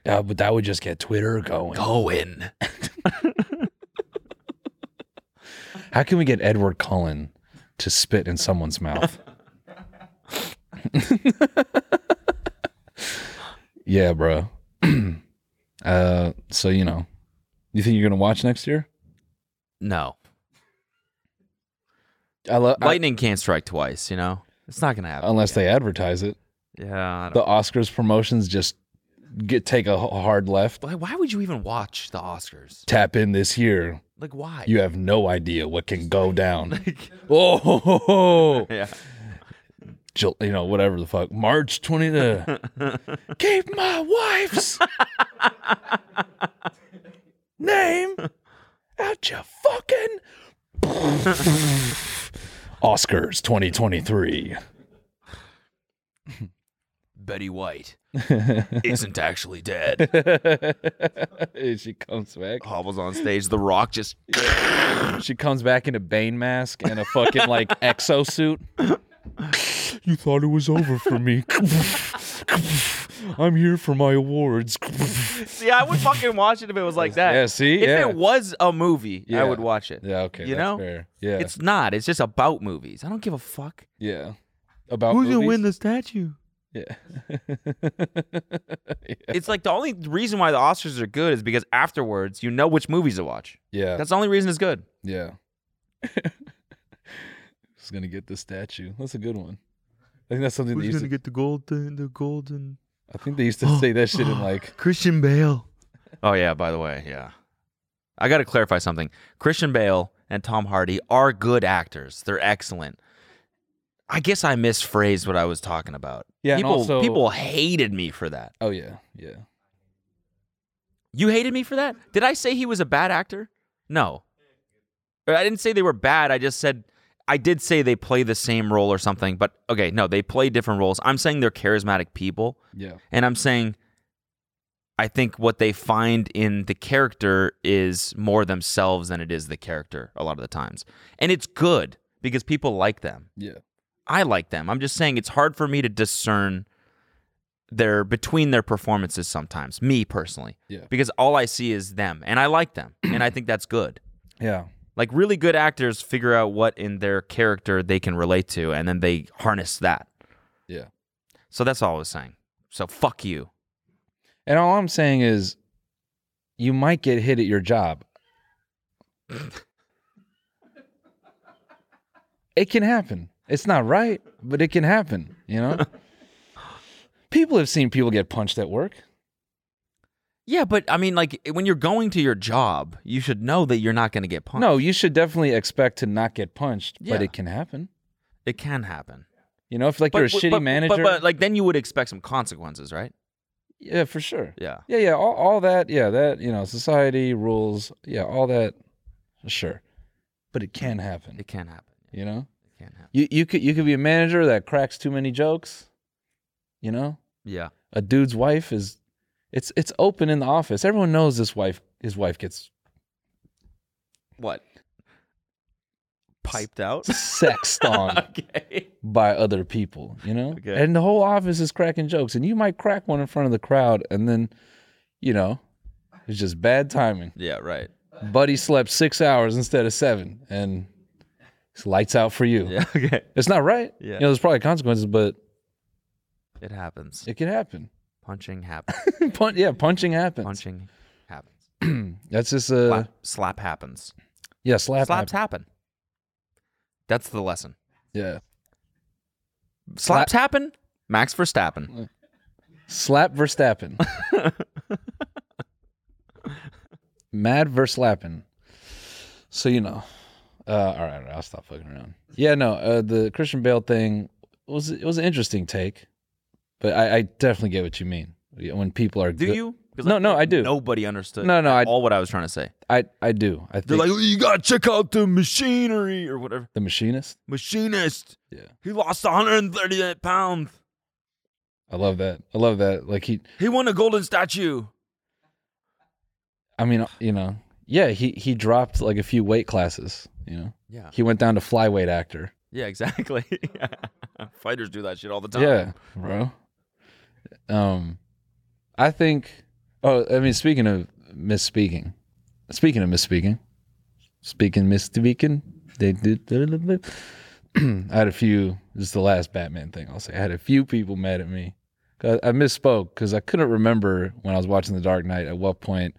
yeah, Uh, but that would just get Twitter going.
Owen.
How can we get Edward Cullen to spit in someone's mouth? yeah, bro. uh, so you know, you think you're gonna watch next year?
No.
I love
Lightning can't strike twice, you know? It's not going to happen.
unless they advertise it.
Oh. Yeah. I
The Oscars promotions just get take a h- hard left.
don't, like, why would you even watch the Oscars?
Tap in this year.
Like, why?
You have no idea what can go down. oh, ho, ho, ho.
yeah.
Ju- you know, whatever the fuck. March 20 to keep my wife's name out your fucking Oscars 2023.
Betty White isn't actually dead.
she comes back.
Hobbles on stage. The Rock just
She comes back in a Bane mask and a fucking like exosuit. You thought it was over for me. I'm here for my awards.
See, I would fucking watch it if it was like that.
Yeah, see?
if
Yeah.
it was a movie,
Yeah.
I would watch it.
Yeah, okay.
You
that's
know?
fair. Yeah.
It's not. It's just about movies. I don't give a fuck.
yeah. About movies?
the statue?
Yeah.
It's like the only reason why the Oscars are good is because afterwards you know which movies to watch.
yeah.
That's the only reason it's good.
Yeah. Who's gonna get the statue? That's a good one. I think that's something they used to,
get the golden? The golden
I think they used to say that shit in like
Christian Bale. Oh yeah. By the way, yeah. I got to clarify something. Christian Bale and Tom Hardy are good actors. They're excellent. I guess I misphrased what I was talking about.
Yeah, and
people
also-
people hated me for that.
Oh yeah, yeah.
You hated me for that? Did I say he was a bad actor? No. Uh, I didn't say they were bad. I just said I did say they play the same role or something, but okay, no, they play different roles. I'm saying they're charismatic people,
Yeah.
and I'm saying I think what they find in the character is more themselves than it is the character a lot of the times. And it's good because people like them.
Yeah.
I like them. I'm just saying it's hard for me to discern their between their performances sometimes, me personally.
Yeah.
Because all I see is them and I like them and I think that's good.
Yeah.
Like really good actors figure out what in their character they can relate to and then they harness that.
Yeah.
So that's all I was saying. So fuck you.
And all I'm saying is you might get hit at your job. it can happen. It's not right, but it can happen, you know? people have seen people get punched at work.
Yeah, but I mean like when you're going to your job, you should know that you're not going to get punched.
No, you should definitely expect to not get punched, but
Yeah.
it can happen.
it can happen.
You know, if like you're a shitty
but-
manager,
But, but like then you would expect some consequences, right?
yeah, for sure.
Yeah.
Yeah, yeah, all, all that, yeah, that, you know, society rules, yeah, all that, sure. But it can happen,
It can happen.
you know?
It can happen.
You you could you could be a manager that cracks too many jokes. You know,
Yeah.
a dude's wife is it's it's open in the office. Everyone knows this wife his wife gets
What? Piped out?
sexed on
okay.
by other people, you know?
Okay.
And the whole office is cracking jokes and you might crack one in front of the crowd and then you know, it's just bad timing.
Yeah, right.
Buddy slept 6 hours instead of 7 and it's lights out for you.
Yeah, okay.
It's not right.
Yeah.
You know, there's probably consequences, but
It happens.
it can happen.
Punching happens.
Pun- yeah, punching happens.
Punching happens.
That's just a
Slap, slap happens.
Yeah, slap
Slaps
happen.
Uh, happen. That's the lesson.
Yeah.
Slaps happen. Max Verstappen.
Slap Verstappen. Mad Verstappen. So you know. Uh, all right, all right, I'll stop fucking around. Yeah, no, uh, the Christian Bale thing was it was an interesting take, but I, I definitely get what you mean when people are
Do
good-
you? 'Cause,
No, no, I do.
Nobody understood.
No, no, I-
all what I was trying to say.
I I do. I
They're
think
like, you gotta check out the machinery or whatever.
the machinist.
Machinist.
Yeah,
He lost 138 pounds.
I love that. I love that. Like he,
He won a golden statue.
I mean, you know, yeah, he he dropped like a few weight classes. You know,
Yeah.
he went down to flyweight actor.
Yeah, exactly. Fighters do that shit all the time.
Yeah, bro. Um, I think. Oh, I mean, speaking of misspeaking, speaking of misspeaking, speaking misspeaking, they did. I had a few. This is the last Batman thing I'll say. I had a few people mad at me. 'Cause I misspoke because I couldn't remember when I was watching The Dark Knight at what point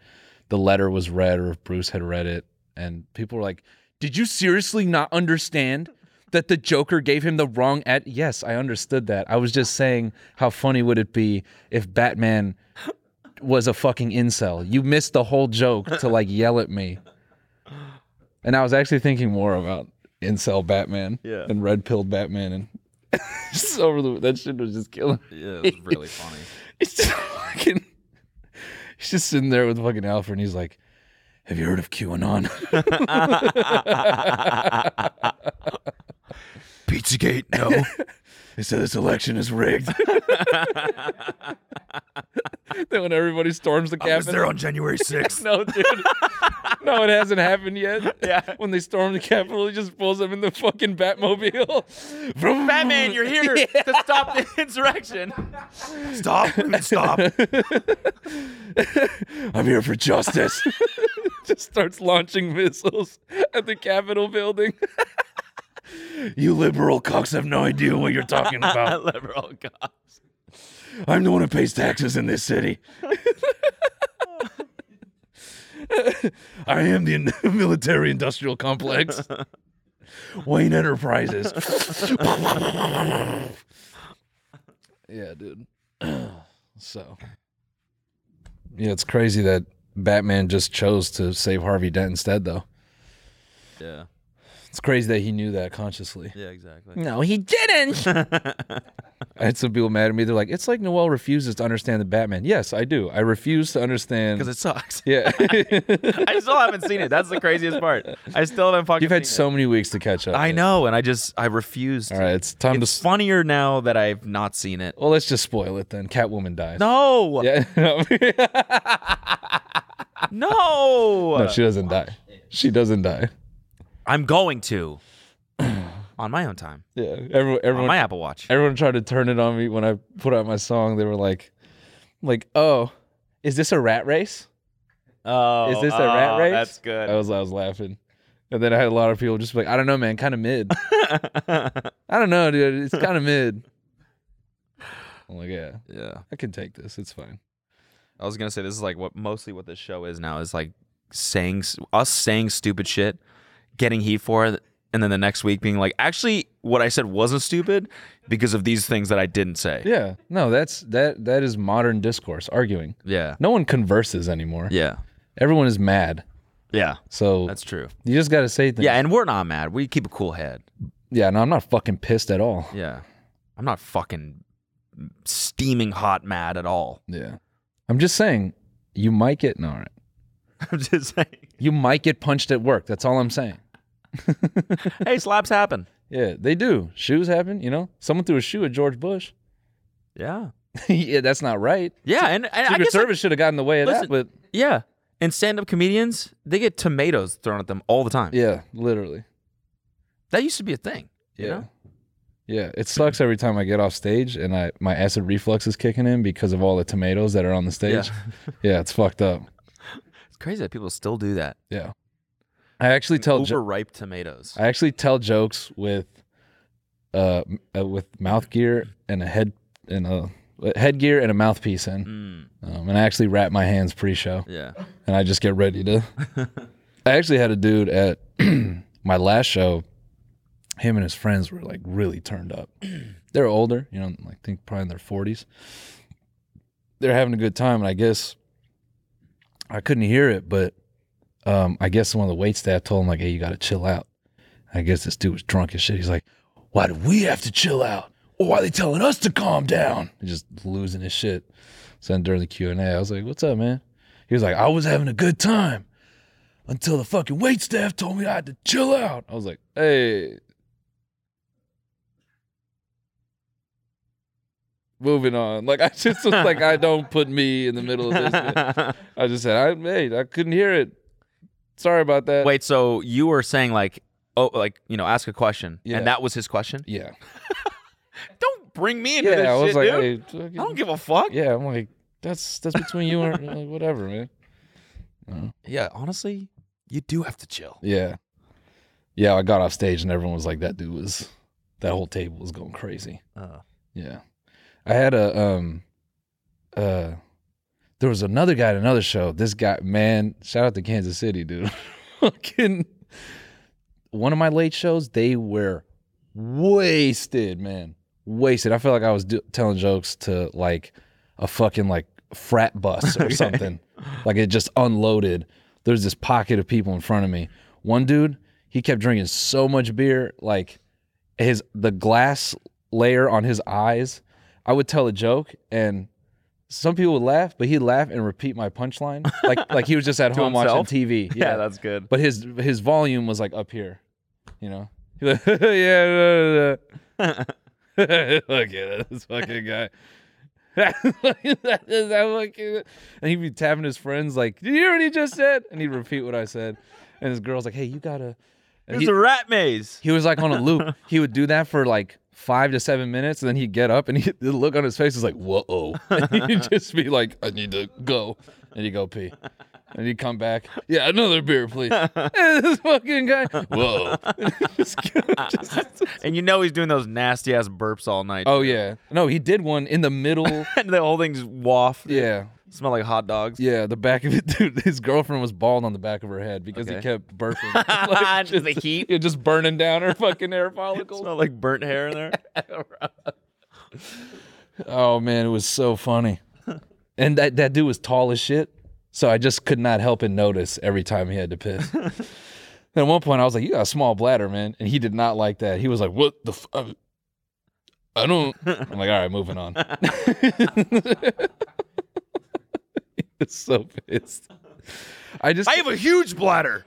the letter was read or if Bruce had read it. And people were like, Did you seriously not understand that the Joker gave him the wrong at yes, I understood that. I was just saying how funny would it be if Batman was a fucking incel. You missed the whole joke to like yell at me. And I was actually thinking more about incel Batman
Yeah.
and red pilled Batman and just over the that shit was just killing. me.
Yeah, it was really funny.
It's just fucking He's just sitting there with fucking Alfred and he's like, Have you heard of QAnon?
Pizzagate, no.
They said this election is rigged. then when everybody storms the
Oh,
Capitol,
on January 6th.
no, dude, no, it hasn't happened yet. Yeah, when they storm the Capitol, he just pulls up in the fucking Batmobile. Vroom.
Batman, you're here to stop the insurrection. Stop, stop.
I'm here for justice. just starts launching missiles at the Capitol building. you liberal cocks have no idea what you're talking about.
Liberal God.
I'm the one who pays taxes in this city. I am the in- military industrial complex. Wayne Enterprises. yeah, dude. so. Yeah, it's crazy that Batman just chose to save Harvey Dent instead, though.
Yeah,
It's crazy that he knew that consciously.
yeah, exactly.
No, he didn't. I had some people mad at me. They're like, it's like Noel refuses to understand the Batman. Yes, I do. I refuse to understand.
Because it sucks.
yeah.
I still haven't seen it. That's the craziest part. I still haven't fucking
You've had
seen
so many weeks to catch up.
it. I
dude.
know, and I just, I refuse.
All right, it's time to.
It's
s-
funnier now that I've not seen it.
well, let's just spoil it then. Catwoman dies.
No,
Yeah. no,
no.
she doesn't die. She doesn't die.
I'm going to on my own time,
Yeah. Everyone.
on
Everyone.
my Apple Watch.
everyone tried to turn it on me when I put out my song. They were like, like, oh, is this a rat race?
Oh,
Is this a rat
oh,
race?
That's good.
I was I was laughing. And then I had a lot of people just be like, I don't know, man, kind of mid. I don't know, dude. It's kind of mid. I'm like, yeah,
yeah,
I can take this. It's fine.
I was gonna say this is like what mostly what this show is now is like saying s- us saying stupid shit, getting heat for it, and then the next week being like, actually, what I said wasn't stupid because of these things that I didn't say.
Yeah. No, that's that that is modern discourse, arguing.
Yeah,
No one converses anymore.
yeah,
Everyone is mad.
yeah.
So
That's true.
you just gotta say things.
Yeah, and we're not mad. We keep a cool head.
Yeah, no, I'm not fucking pissed at all.
Yeah, I'm not fucking steaming hot mad at all.
Yeah. I'm just saying, you might get no, all right.
I'm just saying.
You might get punched at work. That's all I'm saying.
Hey, slaps happen.
Yeah, they do. Shoes happen, you know? Someone threw a shoe at George Bush.
Yeah.
yeah, that's not right.
Yeah, and, and I
Secret
guess like,
Service should have gotten in the way of
Listen-
that, but
yeah, and stand-up comedians they get tomatoes thrown at them all the time.
yeah, literally.
That used to be a thing. You
Yeah.
know?
Yeah, it sucks every time I get off stage and I my acid reflux is kicking in because of all the tomatoes that are on the stage. Yeah, it's fucked up.
It's crazy that people still do that.
Yeah. I actually tell jo-
Oh, Overripe tomatoes.
I actually tell jokes with uh, m- uh with mouth gear and a head and a a headgear and a mouthpiece in. Um, and I actually wrap my hands pre-show.
yeah.
and I just get ready to. I actually had a dude at my last show. Him and his friends were like really turned up. They're older, you know, I think probably in their forties. They're having a good time, and I guess I couldn't hear it, but um, I guess one of the wait staff told him like, "Hey, you got to chill out." I guess this dude was drunk as shit. He's like, "Why do we have to chill out? Or why are they telling us to calm down?" He's just losing his shit. So then during the Q and A, I was like, "What's up, man?" He was like, I was having a good time until the fucking wait staff told me I had to chill out. I was like, hey. Moving on. Like I just was like, I don't put me in the middle of this. I just said, I hey, I couldn't hear it. Sorry about that.
Wait, so you were saying like, oh, like you know, ask a question,
Yeah.
and that was his question.
Yeah.
Don't bring me into
Yeah.
this
I was
shit,
like,
dude.
hey,
I don't
fucking-
give a fuck.
Yeah, I'm like, that's that's between you and like, whatever, man.
Yeah, honestly, you do have to chill.
Yeah. Yeah, I got off stage and everyone was like, that dude was, that whole table was going crazy.
Uh.
Yeah. I had a, um, uh, there was another guy at another show. This guy, man, shout out to Kansas City, dude. Fucking, one of my late shows, they were wasted, man, wasted. I feel like I was do- telling jokes to like a fucking like frat bus or something. like it just unloaded. There's this pocket of people in front of me. One dude, he kept drinking so much beer, like his the glass layer on his eyes. I would tell a joke and some people would laugh, but he'd laugh and repeat my punchline. Like like he was just at home watching
himself?
TV.
Yeah, that's good.
But his his volume was like up here, you know. He'd be Like, yeah, da, da, da." look at this fucking guy. Look at that fucking- and he'd be tapping his friends like, "Did you hear what he just said?" And he'd repeat what I said. And his girl's like, "Hey, you gotta." and
It's
he-
a rat maze.
he was like on a loop. he would do that for like five to seven minutes, and then he'd get up and he, the look on his face is like, whoa. And he'd just be like, I need to go. And he'd go pee. And he'd come back. Yeah, another beer, please. And this fucking guy, whoa.
And you know he's doing those nasty ass burps all night.
oh, yeah. No, he did one in the middle.
and the whole thing's waft.
Yeah.
Smell like hot dogs.
Yeah, the back of it, dude. His girlfriend was bald on the back of her head because he
Okay.
kept burping. Like,
Just the heat.
it just burning down her fucking hair follicles.
Smell like burnt hair in there.
Oh man, it was so funny. And that, that dude was tall as shit. So I just could not help and notice every time he had to piss. and at one point I was like, You got a small bladder, man. And he did not like that. He was like, What the f- I- I don't I'm like, all right, moving on. he was so pissed. I just
I have a huge bladder.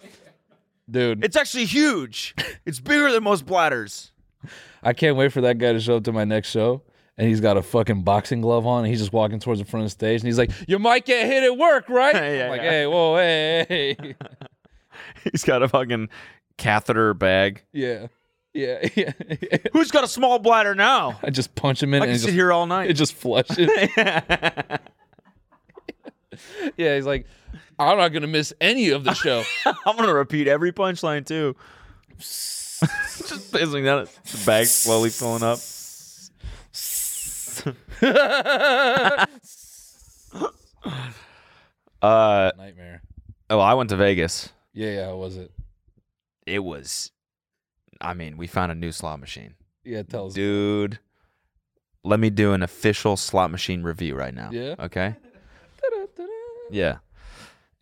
dude,
It's actually huge. It's bigger than most bladders.
I can't wait for that guy to show up to my next show. And he's got a fucking boxing glove on, and he's just walking towards the front of the stage, and he's like, "You might get hit at work, right?"
Yeah,
I'm like,
yeah.
"Hey, whoa, hey, hey, hey."
He's got a fucking catheter bag.
yeah, yeah, yeah."
Who's got a small bladder now?
I just punch him in,
I
and
can
it
sit
just,
here all
it
night.
just flushes. yeah, he's like, "I'm not gonna miss any of the show."
I'm gonna repeat every punchline too. just fizzling down it. The bag slowly filling up. uh,
Nightmare.
oh, I went to Vegas.
Yeah, yeah, how was it?
It was, I mean, we found a new slot machine,
Yeah, tell us.
dude. Let me do an official slot machine review right now.
Yeah.
Okay. Yeah.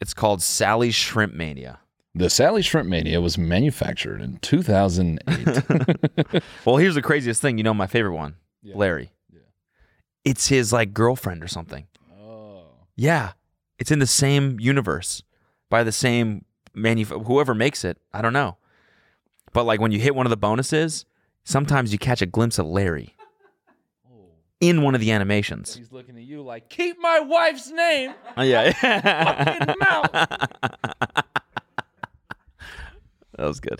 It's called Sally's Shrimp Mania.
The Sally Shrimp Mania was manufactured in 2008.
Well, here's the craziest thing. You know my favorite one, Larry. Yeah. It's his like girlfriend or something.
oh,
Yeah. It's in the same universe by the same manuf- whoever makes it. I don't know. But like when you hit one of the bonuses, sometimes you catch a glimpse of Larry Oh. in one of the animations.
he's looking at you like, "Keep my wife's name."
Oh, yeah. that was good.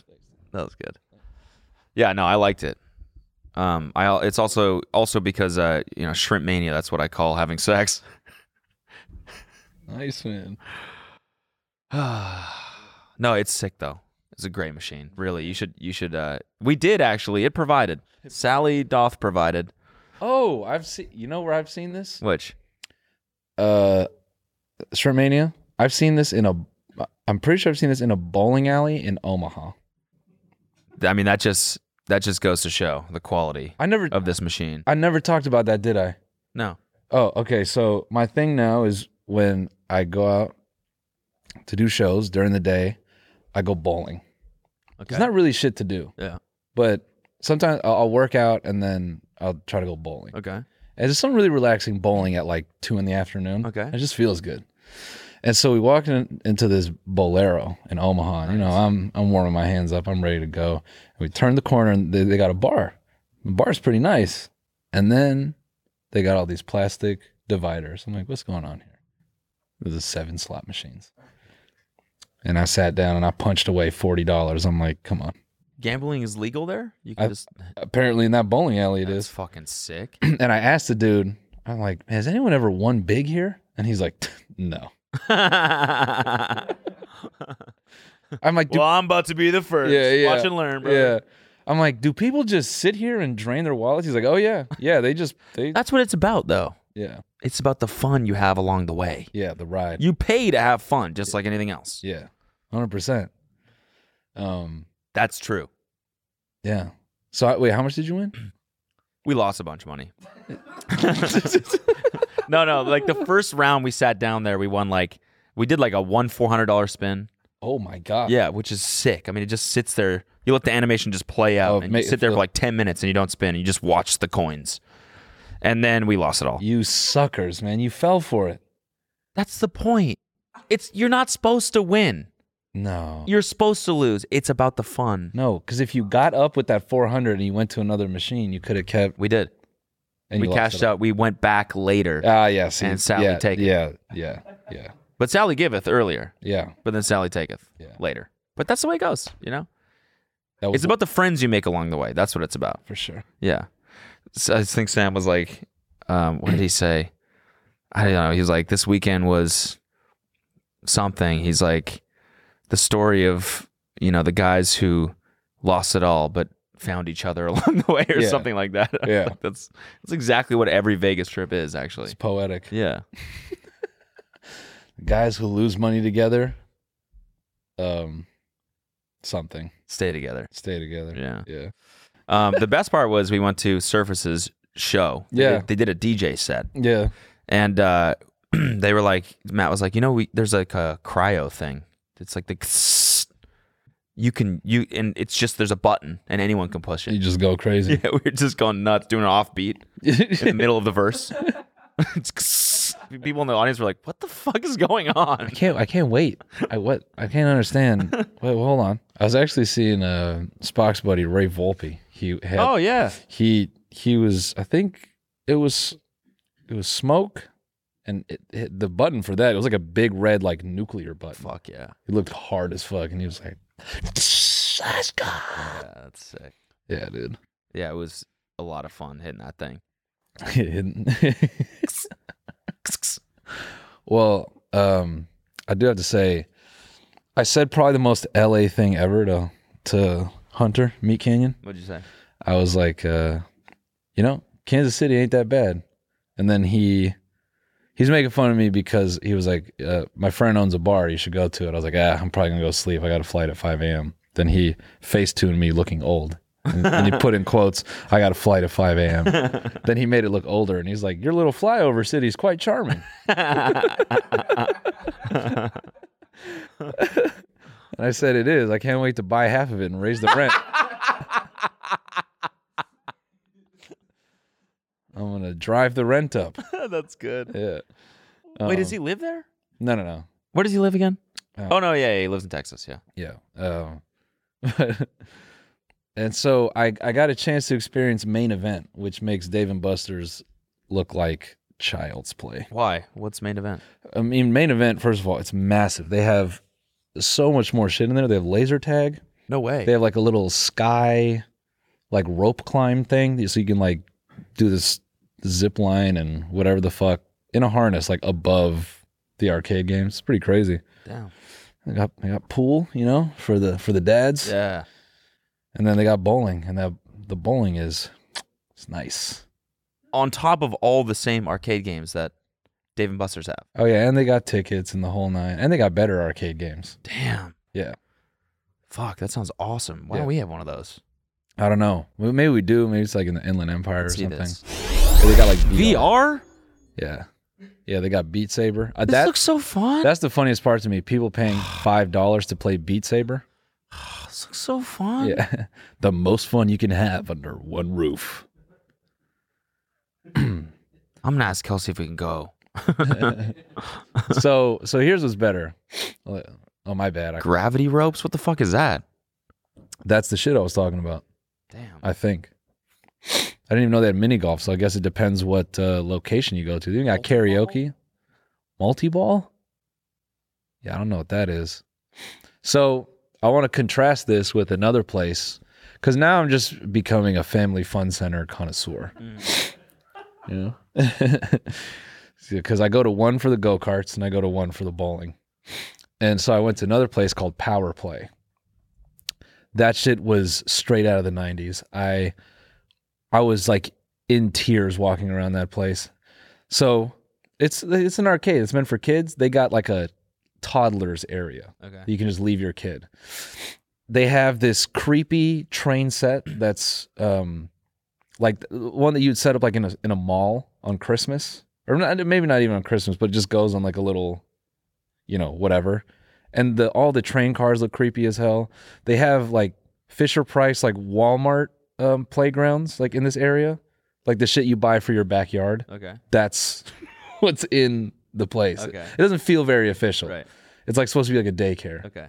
That was good. Yeah, no, I liked it. Um, I al- it's also also because uh, you know, shrimp mania, that's what I call having sex.
Nice man.
No, it's sick though. It's a great machine. Really, you should you should. Uh, we did actually. It provided. Sally Doth provided.
Oh, I've seen. You know where I've seen this?
Which
Uh, Shrimpmania. I've seen this in a. I'm pretty sure I've seen this in a bowling alley in Omaha.
I mean, that just that just goes to show the quality
I never.
of this machine.
I never talked about that, did I?
No,
Oh, okay. So my thing now is when I go out to do shows during the day, I go bowling.
okay.
It's not really shit to do.
Yeah.
But sometimes I'll, I'll work out and then I'll try to go bowling.
okay.
And there's something really relaxing bowling at like two in the afternoon.
Okay.
It just feels good. And so we walked in, into this bolero in Omaha. And, You know, I'm I'm warming my hands up. I'm ready to go. And we turned the corner and they, they got a bar. The bar's pretty nice. And then they got all these plastic dividers. I'm like, what's going on here? There's a seven slot machines. And I sat down and I punched away forty dollars. I'm like, come on.
Gambling is legal there. You can
I-
just.
Apparently in that bowling alley it
That's
is.
fucking sick.
and I asked the dude, I'm like, has anyone ever won big here? And he's like, no.
well,
I'm like, do,
I'm about to be the first.
yeah, yeah,
Watch and learn, bro.
Yeah. I'm like, do people just sit here and drain their wallets? He's like, oh yeah, yeah. They just, they,
That's what it's about, though.
yeah,
It's about the fun you have along the way.
yeah. The ride,
You pay to have fun, just like anything else.
yeah, hundred percent. Um,
That's true.
yeah. So I, wait, how much did you win?
We lost a bunch of money. no, no. Like the first round we sat down there, we won like we did like a one four hundred dollar spin.
Oh my god.
Yeah, which is sick. I mean, it just sits there. You let the animation just play out,
Oh,
and
ma-
you sit there
the-
for like ten minutes, and you don't spin. And you just watch the coins, and then we lost it all.
You suckers, man. You fell for it.
That's the point. It's you're not supposed to win.
No.
You're supposed to lose. It's about the fun.
No, because if you got up with that 400 and you went to another machine, you could have kept.
We did.
And
we
you lost
cashed
it all.
out. We went back later,
Ah, yeah. See,
And Sally
yeah,
take it.
yeah, yeah, yeah,
but Sally giveth earlier,
yeah.
but then Sally taketh
Yeah.
later. But that's the way it goes. You know,
That
it's about the friends you make along the way. That's what it's about.
for sure.
Yeah. So I think Sam was like, um, what did he say? I don't know. He was like, this weekend was something. He's like, the story of, you know, the guys who lost it all but found each other along the way or
Yeah.
something like that.
Yeah.
Like, that's that's exactly what every Vegas trip is, actually.
It's poetic.
Yeah.
Guys who lose money together, um, something
Stay together.
stay together.
Yeah.
yeah.
Um, the best part was we went to Surface's show. They
Yeah.
did- They did a DJ set.
Yeah.
and uh, they were like, Matt was like, you know, we there's like a cryo thing. It's like the you can you and it's just there's a button and anyone can push
You
it.
just go crazy.
Yeah, we are just going nuts, doing an offbeat in the middle of the verse. it's people in the audience were like, what the fuck is going on?
I can't. I can't wait. I what? I can't understand. wait, hold on. I was actually seeing uh, Spock's buddy Ray Volpe. He had,
Oh yeah.
he he was. I think it was it was smoke, and it, it, the button for that it was like a big red like nuclear button.
Fuck yeah,
He looked hard as fuck, and he was like, "Let's go."
yeah, that's sick.
Yeah, dude.
Yeah, it was a lot of fun hitting that thing.
well, um, I do have to say, I said probably the most LA thing ever to to Hunter Meat Canyon.
What'd you say?
I was like, uh, you know, Kansas City ain't that bad. And then he he's making fun of me because he was like, uh, my friend owns a bar, you should go to it. I was like, ah, I'm probably gonna go sleep. I got a flight at 5 a.m. Then he facetuned me looking old. And, and he put in quotes, I got a flight at 5 a.m. then he made it look older and he's like, Your little flyover city's quite charming. and I said, It is. I can't wait to buy half of it and raise the rent. I'm gonna drive the rent up.
that's good.
Yeah.
Wait, does he live there?
Um, No, no, no.
Where does he live again?
Uh,
Um, oh no, yeah, yeah, he lives in Texas. Yeah.
Yeah. Um, and so I, I got a chance to experience main event, which makes Dave and Buster's look like child's play.
Why? What's main event?
I mean, main event, first of all, it's massive. They have so much more shit in there. They have laser tag.
No way.
They have like a little sky, like rope climb thing, so you can like do this zip line and whatever the fuck in a harness, like above the arcade game. It's pretty crazy.
Damn.
They got they got pool, you know, for the for the dads.
Yeah.
And then they got bowling, and that the bowling is it's nice.
On top of all the same arcade games that Dave and Buster's have.
Oh yeah, and they got tickets and the whole nine, and they got better arcade games.
Damn.
Yeah,
Fuck, that sounds awesome. Why
Yeah.
don't we have one of those?
I don't know. Well, Maybe we do. Maybe it's like in the Inland Empire
Let's
or
see
something.
this.
Or They got like VR.
VR?
Yeah, yeah, they got Beat Saber. Uh,
This
that
looks so fun.
that's the funniest part to me. People paying five dollars to play Beat Saber.
this looks so fun.
Yeah, the most fun you can have under one roof.
I'm gonna ask Kelsey if we can go.
so so here's what's better. Oh my bad. I,
Gravity ropes? What the fuck is that?
that's the shit I was talking about.
Damn.
I think. I didn't even know they had mini golf, so I guess it depends what uh, location you go to. You got karaoke, multi ball. Yeah, I don't know what that is. So I want to contrast this with another place because now I'm just becoming a family fun center connoisseur. You know, because I go to one for the go karts and I go to one for the bowling, and so I went to another place called Power Play that shit was straight out of the 90s i i was like in tears walking around that place so it's it's an arcade it's meant for kids they got like a toddlers area
Okay.
that you can just leave your kid they have this creepy train set that's um like th- one that you'd set up like in a in a mall on Christmas or not, maybe not even on Christmas but it just goes on like a little you know whatever and the all the train cars look creepy as hell they have like Fisher Price like Walmart um playgrounds like in this area like the shit you buy for your backyard
Okay.
that's what's in the place
Okay.
it doesn't feel very official
Right.
it's like supposed to be like a daycare
Okay.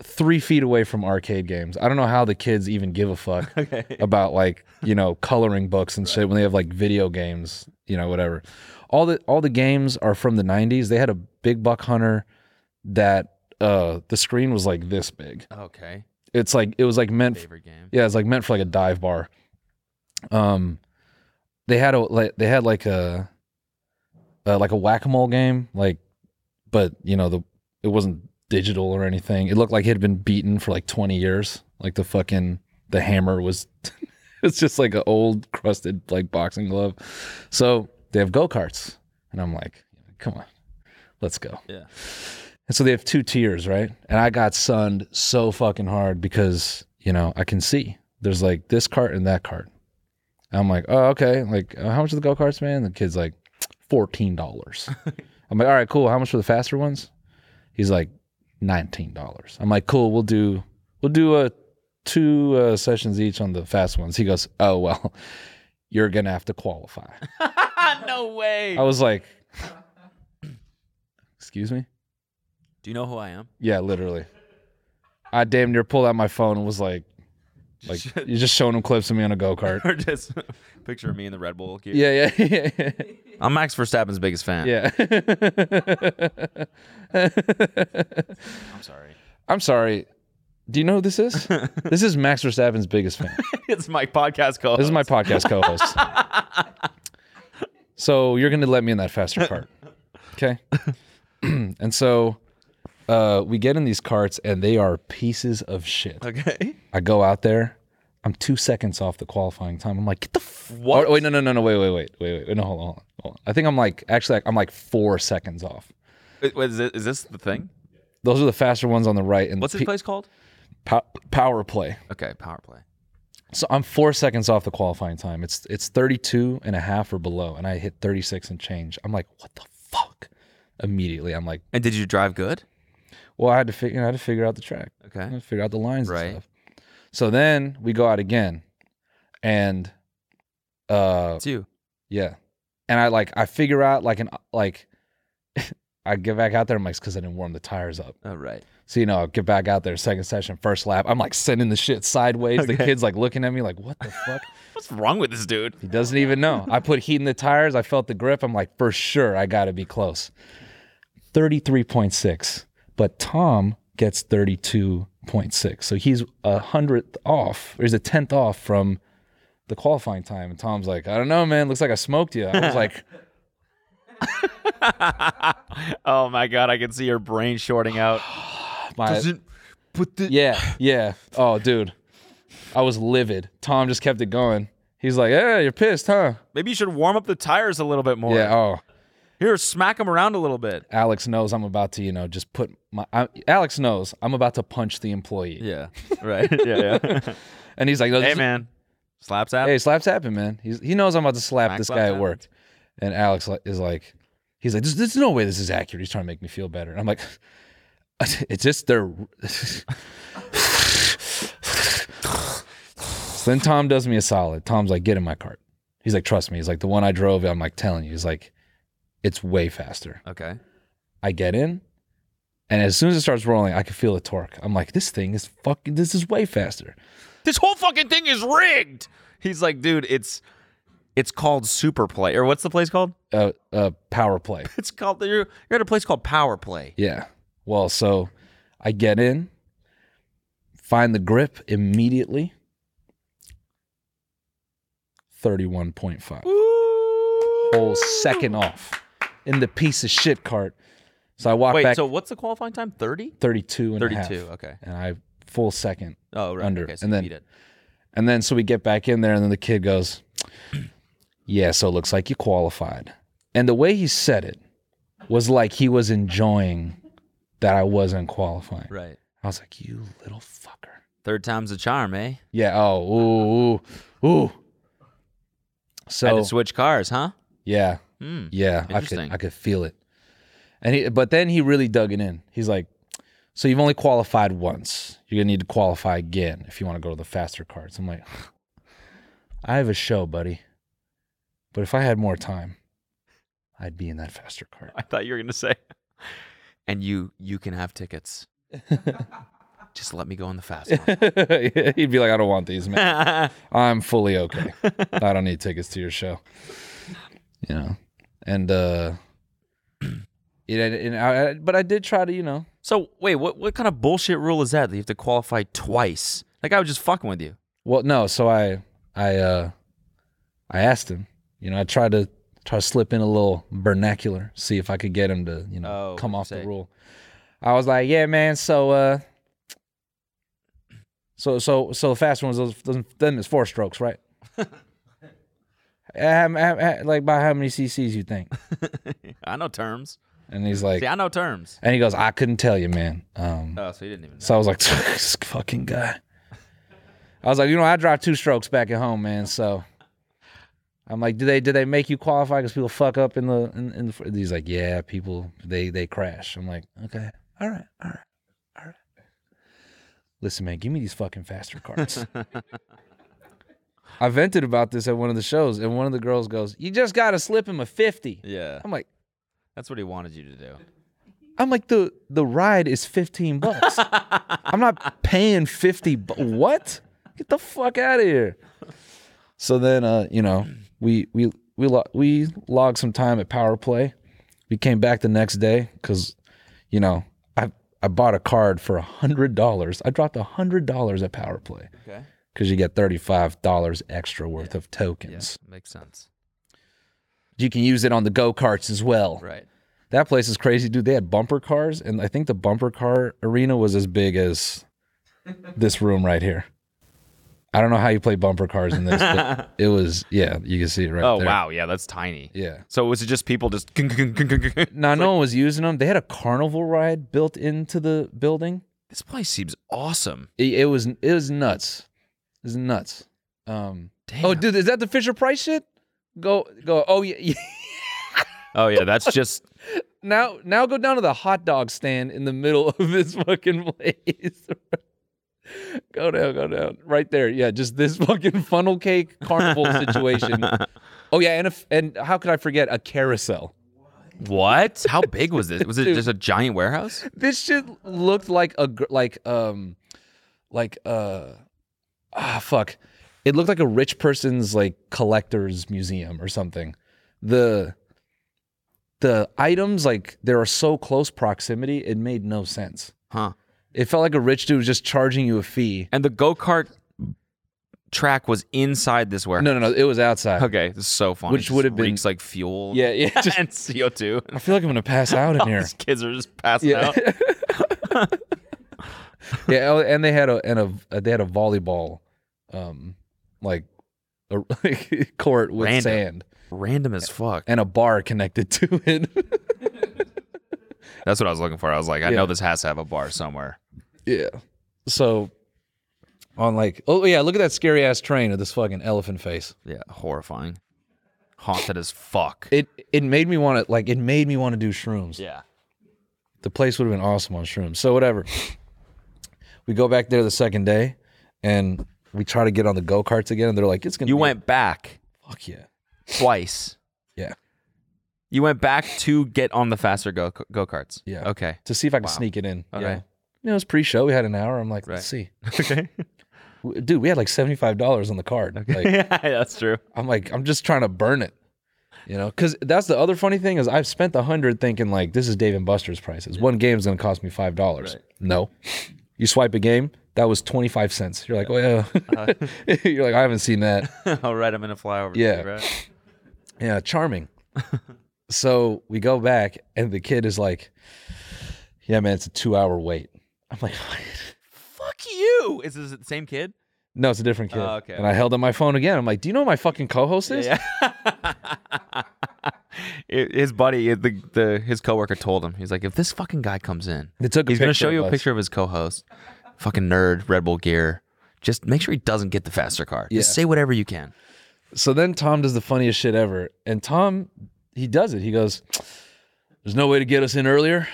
three feet away from arcade games. I don't know how the kids even give a fuck
Okay.
about like you know coloring books and shit when they have like video games, you know whatever. All the all the games are from the '90s. They had a Big Buck Hunter that uh the screen was like this big.
Okay.
It's like it was like meant for
Favorite game.
yeah, it's like meant for like a dive bar. Um, they had a like they had like a uh, like a whack a mole game, like, but you know the it wasn't digital or anything. It looked like it had been beaten for like twenty years. Like the fucking the hammer was, it's just like an old crusted like boxing glove. So they have go karts, and I'm like, come on, let's go.
Yeah.
And so they have two tiers, right? And I got sunned so fucking hard because, you know, I can see there's like this cart and that cart. And I'm like, oh, okay. Like, uh, how much are the go karts, man? The kid's like, $14. I'm like, all right, cool. How much for the faster ones? He's like, $19. I'm like, cool. We'll do, we'll do uh, two uh, sessions each on the fast ones. He goes, oh, well, you're going to have to qualify.
no way.
I was like, excuse me?
Do you know who I am?
Yeah, literally. I damn near pulled out my phone and was like, like you're just showing them clips of me on a go kart.
or just picture me in the Red Bull. gear?
Yeah, yeah, yeah,
I'm Max Verstappen's biggest fan.
yeah.
I'm sorry.
I'm sorry. Do you know who this is? this is Max Verstappen's biggest fan.
it's my podcast call.
This is my podcast co-host. so you're going to let me in that faster cart, okay? and so uh, we get in these carts, and they are pieces of shit.
Okay.
I go out there. I'm two seconds off the qualifying time. I'm like, get the f-
What?
Oh, wait, no, no, no, no, wait, wait, wait, wait, wait. No, hold on, hold on, hold on. I think I'm like, actually, I'm like four seconds off.
Wait, wait, is, this, is this the thing?
Those are the faster ones on the right. And
What's
the
this place called?
pow- power play.
Okay, Power Play.
So I'm four seconds off the qualifying time. It's it's 32 and a half or below, and I hit 36 and change. I'm like, what the fuck? Immediately, I'm like,
And did you drive good?
well, I had to figure, I had to figure out the track.
Okay.
I had to figure out the lines
Right.
and stuff. So then we go out again, and uh,
It's you.
Yeah. And I like I figure out like an like I get back out there, I'm like, because I didn't warm the tires up.
Oh, right.
So you know, I get back out there, second session, first lap. I'm like sending the shit sideways. The kid's like looking at me like, what the fuck?
What's wrong with this dude?
He doesn't even know. I put heat in the tires. I felt the grip. I'm like, for sure, I got to be close. 33.6. But Tom gets 32.6. So he's a hundredth off, or he's a tenth off from the qualifying time. And Tom's like, I don't know, man. Looks like I smoked you. I was like,
Oh my god, I can see your brain shorting out.
my,
put the
yeah, yeah. Oh, dude. I was livid. Tom just kept it going. He's like, yeah, you're pissed, huh?
Maybe you should warm up the tires a little bit more.
Yeah. Oh,
Here, smack them around a little bit.
Alex knows I'm about to, you know, just put my. I, Alex knows I'm about to punch the employee.
Yeah. Right. yeah, yeah.
And he's like,
hey man. Slaps out.
Hey, slaps happen, man. He's, he knows I'm about to slap
Smack
this
slaps
guy at
happen.
work. And Alex li- is like, he's like, there's, there's no way this is accurate. He's trying to make me feel better. And I'm like, it's just they're. so then Tom does me a solid. Tom's like, get in my cart. He's like, trust me. He's like, the one I drove, I'm like telling you, he's like, it's way faster.
Okay.
I get in, and as soon as it starts rolling, I can feel the torque. I'm like, this thing is fucking. This is way faster.
This whole fucking thing is rigged. He's like, dude, it's it's called Super Play. Or what's the place called?
Uh, uh, power play.
It's called you're, you're at a place called Power Play.
Yeah. Well, so I get in, find the grip immediately. Thirty-one point five. Whole second off in the piece of shit cart. So I walk
Wait,
back
so what's the qualifying time? 30?
32 and a half,
32, okay.
And I full second
Oh, right.
Under,
Okay, so
and
you
then-
beat it.
And then so we get back in there, and then the kid goes, Yeah, so it looks like you qualified. And the way he said it was like he was enjoying that I wasn't qualifying.
Right.
I was like, you little fucker.
Third time's a charm, eh?
Yeah. Oh. Ooh. Ooh. ooh.
Had
So
to switch cars, huh?
yeah,
Hmm.
yeah. I could
Interesting.
I could feel it. And he, but then he really dug it in. He's like, so you've only qualified once. You're gonna need to qualify again if you want to go to the faster cards. I'm like, I have a show, buddy. But if I had more time, I'd be in that faster card.
I thought you were gonna say. And you you can have tickets. Just let me go on the fast one.
He'd be like, I don't want these, man.
That's
I'm fully okay. I don't need tickets to your show. You know, and uh, it, and I, I- but I did try to, you know,
So wait, what what kind of bullshit rule is that? That you have to qualify twice? That guy was just fucking with you.
well, no. So I, I, uh, I asked him. You know, I tried to try to slip in a little vernacular, see if I could get him to, you know,
Oh,
come off
what'd you
the
say?
rule. I was like, yeah, man. So, uh, so, so, so the fast ones, those, those them is four strokes, right? Um, um, uh, like by how many cc's you think?
I know terms.
And he's like,
See, I know terms.
and he goes, I couldn't tell you, man. Um,
Oh, so he didn't even. Know.
so I was like, this fucking guy. I was like, you know, I drive two strokes back at home, man. So I'm like, do they do they make you qualify because people fuck up in the in, in the? fr-" He's like, yeah, people they they crash. I'm like, okay, all right, all right, all right. Listen, man, give me these fucking faster cards. I vented about this at one of the shows, and one of the girls goes, "You just gotta slip him a 50.
Yeah,
I'm like,
that's what he wanted you to do.
I'm like the the ride is 15 bucks. I'm not paying 50 bu- what? Get the fuck out of here. So then uh, you know, we we we lo- we logged some time at Power Play. We came back the next day cuz you know, I I bought a card for $100. I dropped $100 at Power Play
Okay.
cuz you get $35 extra worth of tokens.
Makes sense.
You can use it on the go-karts as well.
Right.
That place is crazy, dude. They had bumper cars, and I think the bumper car arena was as big as this room right here. I don't know how you play bumper cars in this, but it was yeah, you can see it right
Oh
there.
wow, yeah, that's tiny.
Yeah.
So was it just people just?
No, no one was using them. They had a carnival ride built into the building.
This place seems awesome.
It, it was it was nuts. It was nuts. Um,
Damn.
oh, dude, is that the Fisher Price shit? Go go. Oh yeah. yeah.
Oh yeah, that's just
Now now go down to the hot dog stand in the middle of this fucking place. go down, go down. Right there. Yeah, just this fucking funnel cake carnival situation. Oh yeah, and if, and how could I forget a carousel?
what? How big was this? Was it just a giant warehouse?
This shit looked like a gr- like um like uh ah fuck. It looked like a rich person's like collector's museum or something. The the items like they are so close proximity, it made no sense.
Huh.
It felt like a rich dude was just charging you a fee.
And the go kart track was inside this warehouse.
No, no, no. It was outside.
Okay, this is so funny.
Which
Just
would've been-
reeks like fuel.
Yeah, yeah. Just,
and CO two.
I feel like I'm gonna pass out in here.
These kids are just passing
Yeah.
out.
yeah, oh, and they had a and a they had a volleyball, um, like a court with
Random.
sand
Random as fuck.
and a bar connected to it.
That's what I was looking for. I was like, I
Yeah.
know this has to have a bar somewhere.
yeah. So, on like oh yeah, look at that scary ass train with this fucking elephant face.
Yeah, horrifying, haunted as fuck.
It it made me want to like it made me want to do shrooms.
yeah.
the place would have been awesome on shrooms. So whatever. we go back there the second day, and we try to get on the go karts again, and they're like, "It's gonna."
You
be-
went back
Fuck yeah.
twice.
Yeah.
You went back to get on the faster go go karts.
Yeah.
Okay.
To see if I could sneak it in.
All
yeah.
right.
You know, it was pre-show. We had an hour. I'm like,
Right.
let's see.
Okay.
W- Dude, we had like seventy-five dollars on the card. Like,
yeah, that's true.
I'm like, I'm just trying to burn it. You know, because that's the other funny thing is I've spent the hundred thinking like this is Dave and Buster's prices. One game's gonna cost me five dollars. No, you swipe a game that was twenty five cents. You're like, oh
Uh-huh.
yeah. You're like, I haven't seen that.
All right, I'm gonna fly over.
Yeah.
To you, right?
Yeah, charming. so we go back, and the kid is like, "Yeah, man, it's a two-hour wait." I'm like,
Fuck you. Is this the same kid?
"No, it's a different kid."
Oh, okay.
And I held up my phone again. I'm like, "Do you know who my fucking co-host is?"
Yeah. i- his buddy, the, the his coworker told him, he's like, if this fucking guy comes in,
They took a
he's gonna
picture
show you
of
a
us.
picture of his co-host, fucking nerd, Red Bull gear. Just make sure he doesn't get the faster car. Just
Yeah.
say whatever you can.
So then Tom does the funniest shit ever. And Tom, he does it. He goes, There's no way to get us in earlier.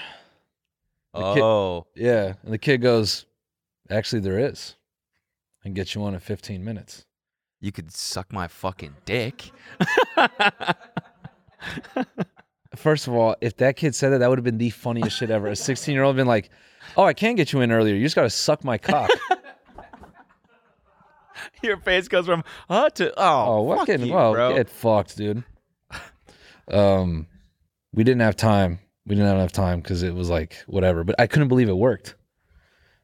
kid-
Oh,
Yeah. And the kid goes, Actually, there is. I can get you on in 15 minutes.
you could suck my fucking dick.
First of all, if that kid said that, that would have been the funniest shit ever. A 16 year old been like, Oh, I can get you in earlier. You just got to suck my cock.
Your face goes from huh to oh,
Oh, what
fuck
getting
you,
well,
bro.
get fucked, dude. Um, we didn't have time. We didn't have enough time because it was like whatever. But I couldn't believe it worked.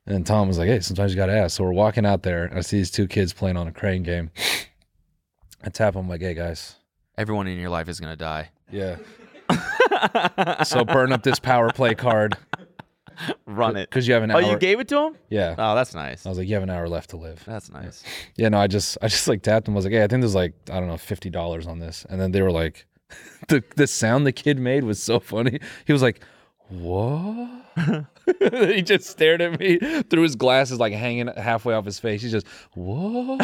And then Tom was like, "Hey, sometimes you got to ask." So we're walking out there, and I see these two kids playing on a crane game. I tap them like, "Hey, guys,
Everyone in your life is gonna die.
yeah." so burn up this power play card
Run it.
because you have an
Oh,
hour.
you gave it to him?
yeah.
Oh, that's nice.
I was like, "You have an hour left to live."
That's nice.
Yeah, no, I just I just like tapped them. I was like, hey, I think there's like I don't know fifty dollars on this, and then they were like, the the sound the kid made was so funny. He was like, what? he just stared at me through his glasses, like hanging halfway off his face. He's just what?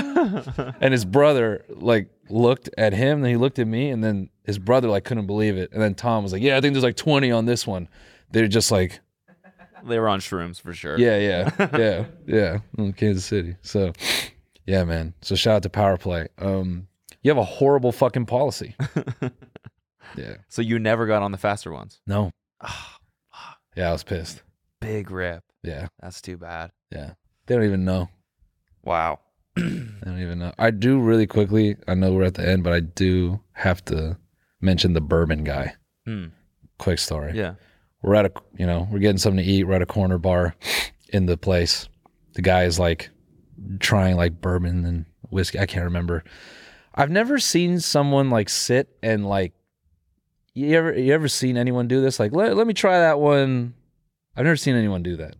and his brother like looked at him, then he looked at me, and then his brother like couldn't believe it, and then Tom was like, yeah, I think there's like twenty on this one. They're just like,
They were on shrooms for sure.
yeah, yeah, yeah, yeah. In Kansas City. So, yeah, man. So shout out to Power Play. Um, you have a horrible fucking policy. yeah.
So you never got on the faster ones.
No. Yeah, I was pissed.
Big rip.
Yeah,
That's too bad.
yeah. They don't even know.
Wow.
I don't even know. I do really quickly. I know we're at the end, but I do have to mention the bourbon guy.
Hmm.
Quick story.
Yeah.
we're at a you know we're getting something to eat we're at a corner bar in the place the guy is like trying like bourbon and whiskey i can't remember i've never seen someone like sit and like you ever you ever seen anyone do this like let, let me try that one i've never seen anyone do that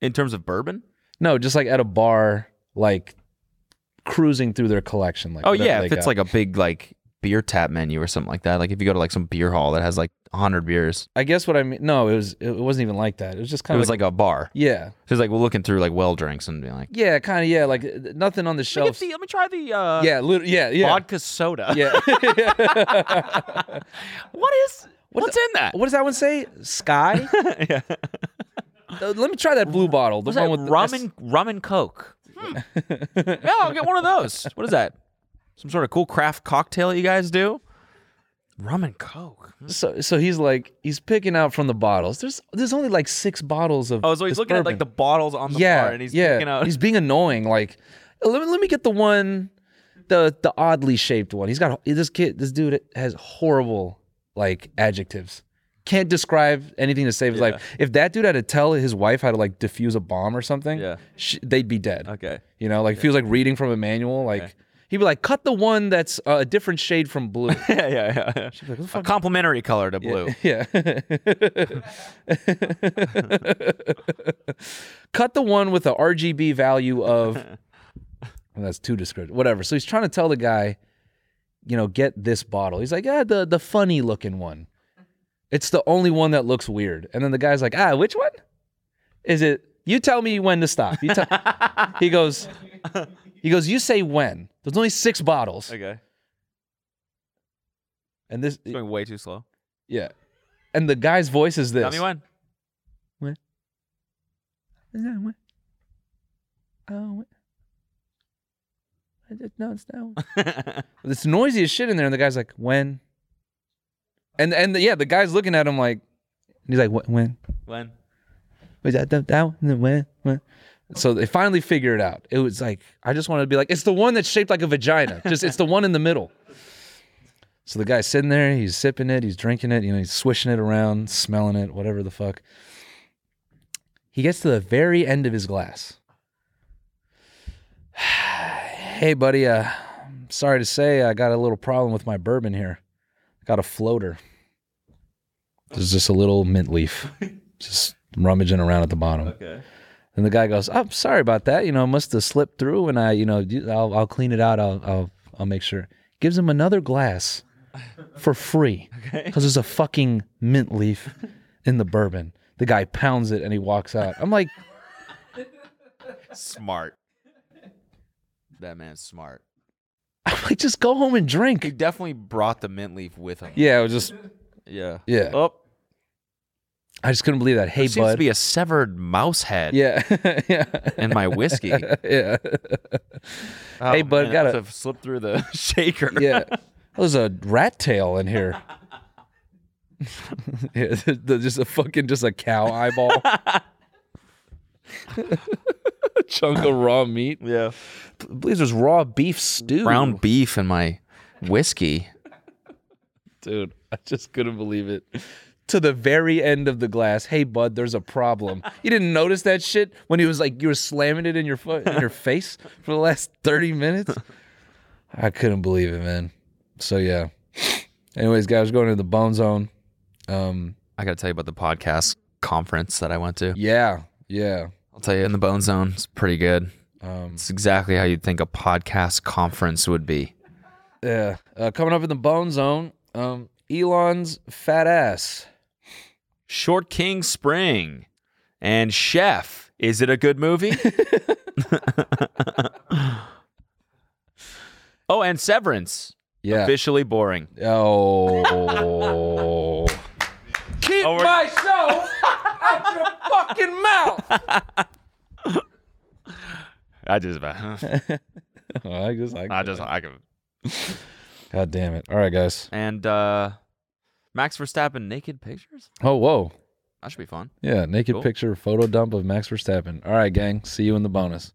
In terms of bourbon?
no just like at a bar like cruising through their collection like
Oh
whatever
yeah,
they
if
got.
it's like a big like beer tap menu or something like that. Like if you go to like some beer hall that has like 100 beers.
i guess what i mean no it was it wasn't even like that it was just
It
kind of
was like a bar.
yeah
So it's like we're looking through like well drinks and being like,
yeah kind of yeah like uh, nothing on the shelves
let me try the uh
yeah, lit- yeah, yeah.
vodka soda.
Yeah.
What is what's in that?
what does that one say? Sky?
yeah.
Uh, Let me try that blue bottle. The
What's
one
that?
with the-
rum and rum and coke. Hmm. yeah, I'll get one of those. What is that? Some sort of cool craft cocktail you guys do? Rum and coke. Hmm.
So, so he's like, he's picking out from the bottles. There's, there's only like six bottles of.
Oh, so he's
this
looking at like the
bourbon.
bottles on the
yeah,
bar and he's
yeah.
picking out.
He's being annoying. Like, uh, let me, let me get the one, the the oddly shaped one. He's got this kid. This dude has horrible like adjectives. Can't describe anything to save his
Yeah.
life. If that dude had to tell his wife how to like defuse a bomb or something,
Yeah.
sh- they'd be dead.
okay.
You know, like if he was like reading from a manual, like he'd be like, cut the one that's uh, a different shade from blue.
Yeah, yeah, yeah. a complimentary color to blue.
yeah. cut the one with the RGB value of. Well, that's too descriptive. Whatever. So he's trying to tell the guy, you know, get this bottle. He's like, ah, the the funny looking one. It's the only one that looks weird. And then the guy's like, ah, which one? Is it? You tell me when to stop. You tell. he goes. He goes. You say when. There's only six bottles,
Okay.
and this.
It's going way too slow.
Yeah. And the guy's voice is this.
Tell me when.
No, oh, I just, no, it's no. it's noisy as shit in there, and the guy's like, "When?" And and yeah, the guy's looking at him like, he's like, "Wh- "When?"
When?
Was that that that one? And then When? When? So they finally figure it out. It was like I just wanted to be like, it's the one that's shaped like a vagina. Just it's the one in the middle. So the guy's sitting there, he's sipping it, he's drinking it, you know, he's swishing it around, smelling it, whatever the fuck. He gets to the very end of his glass. hey, buddy, uh, I'm sorry to say I got a little problem with my bourbon here. I got a floater. There's just a little mint leaf just rummaging around at the bottom. Okay. And the guy goes, "I'm sorry about that. You know, it must have slipped through, and I, you know, you- I'll, I'll clean it out. I'll, I'll, I'll make sure." Gives him another glass for free because there's a fucking mint leaf in the bourbon. The guy pounds it and he walks out. I'm like,
Smart. That man's smart.
I'm like, just go home and
He
drink.
definitely brought the mint leaf with him.
Yeah, it was just,
Yeah.
yeah.
Oh,
I just couldn't believe that. Hey,
there seems
bud.
to be a severed mouse head
yeah, yeah,
in my whiskey. Oh,
yeah,
hey,
bud, gotta-
to slip through the shaker.
yeah. There's a rat tail in here. yeah, th- th- just a fucking just a cow eyeball. A chunk of raw meat.
yeah.
I believe there's raw beef stew.
Brown beef in my whiskey.
dude. I just couldn't believe it. To the very end of the glass. Hey, bud, there's a problem. You didn't notice that shit when he was like you were slamming it in your foot, in your face for the last thirty minutes. I couldn't believe it, man. So yeah. Anyways, guys, we're going to the Bone Zone. Um,
I got to tell you about the podcast conference that I went to.
yeah, yeah.
I'll tell you, in the Bone Zone, it's pretty good.
Um,
It's exactly how you'd think a podcast conference would be.
Yeah. Uh, coming up in the Bone Zone, um, Elon's fat ass.
Short King Spring and Chef. Is it a good movie? oh, and Severance.
Yeah.
Officially boring.
Oh. Keep
Oh, we're-
myself out your fucking mouth.
I just about.
I just, I,
I just I can.
God damn it. All right, guys.
And uh Max Verstappen naked pictures.
Oh, whoa.
That should be fun.
Yeah. Naked
Cool.
picture photo dump of Max Verstappen. All right, gang. See you in the bonus.